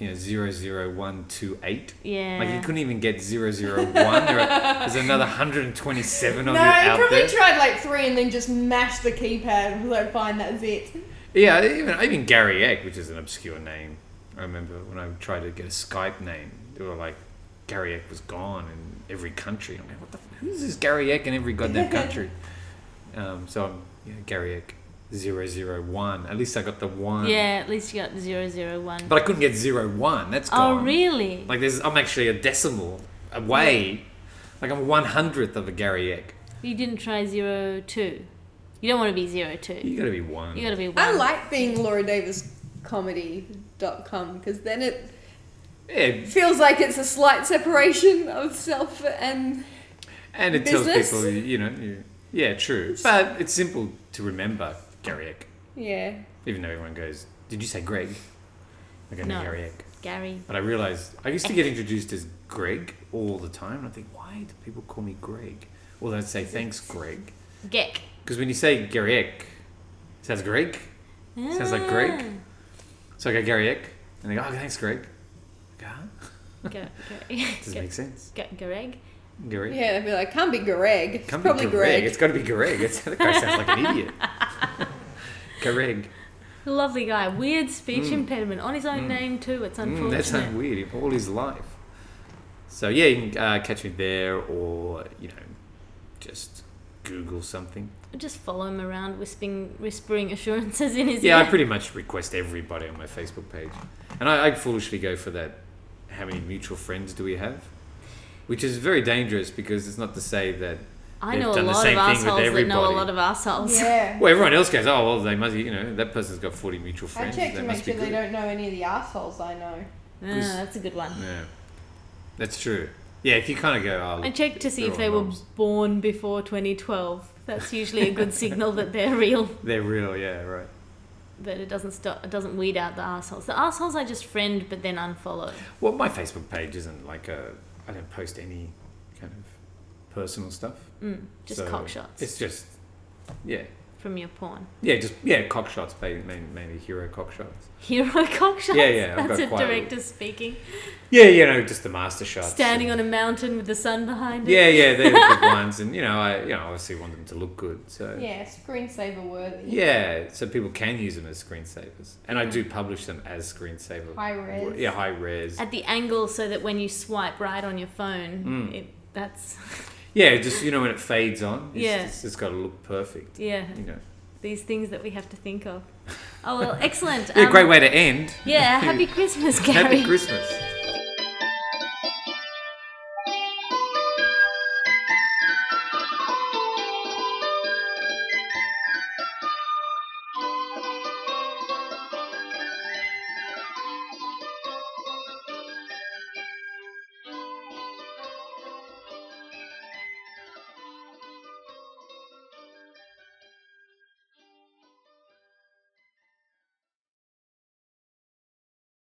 [SPEAKER 2] you know zero zero one two eight.
[SPEAKER 1] yeah.
[SPEAKER 2] Like you couldn't even get 001. There are, there's another 127
[SPEAKER 5] No,
[SPEAKER 2] of
[SPEAKER 5] he
[SPEAKER 2] you out
[SPEAKER 5] probably
[SPEAKER 2] there.
[SPEAKER 5] tried like three and then just mashed the keypad and was like, fine, that's it.
[SPEAKER 2] yeah, even even Gary Egg, which is an obscure name. I remember when I tried to get a Skype name, they were like Gary Egg was gone in every country. I'm like, what the? f- Who's this Gary Egg in every goddamn country? um, so I'm yeah, Gary Egg 001. At least I got the one.
[SPEAKER 1] yeah, at least you got 001.
[SPEAKER 2] But I couldn't get 01. That's
[SPEAKER 1] oh,
[SPEAKER 2] gone.
[SPEAKER 1] really?
[SPEAKER 2] Like there's, I'm actually a decimal away. Like I'm one hundredth of a Gary Egg.
[SPEAKER 1] you didn't try 02. You don't want to be 02.
[SPEAKER 2] You got to be one.
[SPEAKER 1] You gotta be one.
[SPEAKER 5] I like being Laura Davis comedy.com because then it
[SPEAKER 2] Yeah,
[SPEAKER 5] feels like it's a slight separation of self and
[SPEAKER 2] and it
[SPEAKER 5] Business?
[SPEAKER 2] tells people, you know, you, yeah, true. But it's simple to remember Gary Eck,
[SPEAKER 5] yeah.
[SPEAKER 2] even though everyone goes, "Did you say Greg?" I go, "No,
[SPEAKER 1] No.
[SPEAKER 2] Gary Eck."
[SPEAKER 1] Gary.
[SPEAKER 2] But I realized I used to get introduced as Greg all the time, and I think, why do people call me Greg? Well, they'd say, "Thanks, Greg,"
[SPEAKER 1] Geck.
[SPEAKER 2] because when you say Gary Eck, it sounds Greg. Sounds like Greg. So I go Gary Eck, and they go, "Oh, thanks, Greg." I go, huh?
[SPEAKER 1] Ah. Go- go-
[SPEAKER 2] Doesn't
[SPEAKER 1] go-
[SPEAKER 2] make sense.
[SPEAKER 1] go- Greg.
[SPEAKER 2] Gary.
[SPEAKER 5] Yeah, they'd be like, can't be Greg. It's
[SPEAKER 2] Can't
[SPEAKER 5] probably
[SPEAKER 2] be
[SPEAKER 5] Greg.
[SPEAKER 2] Greg. It's got to be Greg. It's, that guy sounds like an idiot. Greg.
[SPEAKER 1] Lovely guy. Weird speech
[SPEAKER 2] Mm.
[SPEAKER 1] impediment. On his own
[SPEAKER 2] Mm.
[SPEAKER 1] name, too. It's unfortunate.
[SPEAKER 2] Mm, that's not weird. All his life. So yeah, you can uh, catch me there, or you know, just Google something.
[SPEAKER 1] Just follow him around whispering, whispering assurances in his
[SPEAKER 2] Yeah, I
[SPEAKER 1] ear.
[SPEAKER 2] pretty much request everybody on my Facebook page, and I, I foolishly go for that. How many mutual friends do we have? Which is very dangerous because it's not to say that.
[SPEAKER 1] I
[SPEAKER 2] They've
[SPEAKER 1] know a
[SPEAKER 2] done the
[SPEAKER 1] lot
[SPEAKER 2] same
[SPEAKER 1] of
[SPEAKER 2] thing with
[SPEAKER 1] assholes that know a
[SPEAKER 2] everybody.
[SPEAKER 1] lot of assholes.
[SPEAKER 5] Yeah.
[SPEAKER 2] Well, everyone else goes, oh well, they must, you know, that person's got forty mutual
[SPEAKER 5] I
[SPEAKER 2] friends.
[SPEAKER 5] check
[SPEAKER 2] that
[SPEAKER 5] to
[SPEAKER 2] must
[SPEAKER 5] make sure
[SPEAKER 2] be
[SPEAKER 5] they
[SPEAKER 2] good.
[SPEAKER 5] don't know any of the assholes I know.
[SPEAKER 1] Ah,
[SPEAKER 2] Who's-
[SPEAKER 1] that's a good one.
[SPEAKER 2] Yeah, that's true. Yeah, if you kind of go, oh,
[SPEAKER 1] I checked to see
[SPEAKER 2] They're
[SPEAKER 1] if
[SPEAKER 2] all
[SPEAKER 1] they were
[SPEAKER 2] mums.
[SPEAKER 1] born before 2012. That's usually a good signal that they're real.
[SPEAKER 2] they're real, yeah, right.
[SPEAKER 1] But it doesn't stop. It doesn't weed out the assholes. The assholes I just friend, but then unfollow.
[SPEAKER 2] Well, my Facebook page isn't like a. I don't post any kind of personal stuff.
[SPEAKER 1] Mm, just
[SPEAKER 2] So,
[SPEAKER 1] cockshots.
[SPEAKER 2] It's just, yeah,
[SPEAKER 1] from your porn.
[SPEAKER 2] Yeah, just yeah, cock shots, maybe, maybe, maybe hero cock shots.
[SPEAKER 1] Hero cock shots.
[SPEAKER 2] Yeah, yeah, I've
[SPEAKER 1] That's
[SPEAKER 2] got
[SPEAKER 1] a
[SPEAKER 2] quite a-
[SPEAKER 1] director speaking.
[SPEAKER 2] Yeah, you know, just the master shots.
[SPEAKER 1] Standing
[SPEAKER 2] and-
[SPEAKER 1] on a mountain with the sun behind it.
[SPEAKER 2] Yeah, yeah, they're the good ones, and you know, I you know obviously want them to look good, so
[SPEAKER 5] Yeah, screensaver worthy.
[SPEAKER 2] Yeah, so people can use them as screensavers, and I do publish them as screensaver.
[SPEAKER 5] High res.
[SPEAKER 2] Yeah, high res.
[SPEAKER 1] At the angle so that when you swipe right on your phone,
[SPEAKER 2] Mm.
[SPEAKER 1] it, that's
[SPEAKER 2] Yeah, just you know when it fades on, it's,
[SPEAKER 1] Yeah. Um,
[SPEAKER 2] it's, it's got to look perfect.
[SPEAKER 1] yeah.
[SPEAKER 2] You know,
[SPEAKER 1] These things that we have to think of. Oh well, excellent.
[SPEAKER 2] yeah,
[SPEAKER 1] um,
[SPEAKER 2] great way to end.
[SPEAKER 1] Yeah, happy Christmas, Gary.
[SPEAKER 2] Happy Christmas.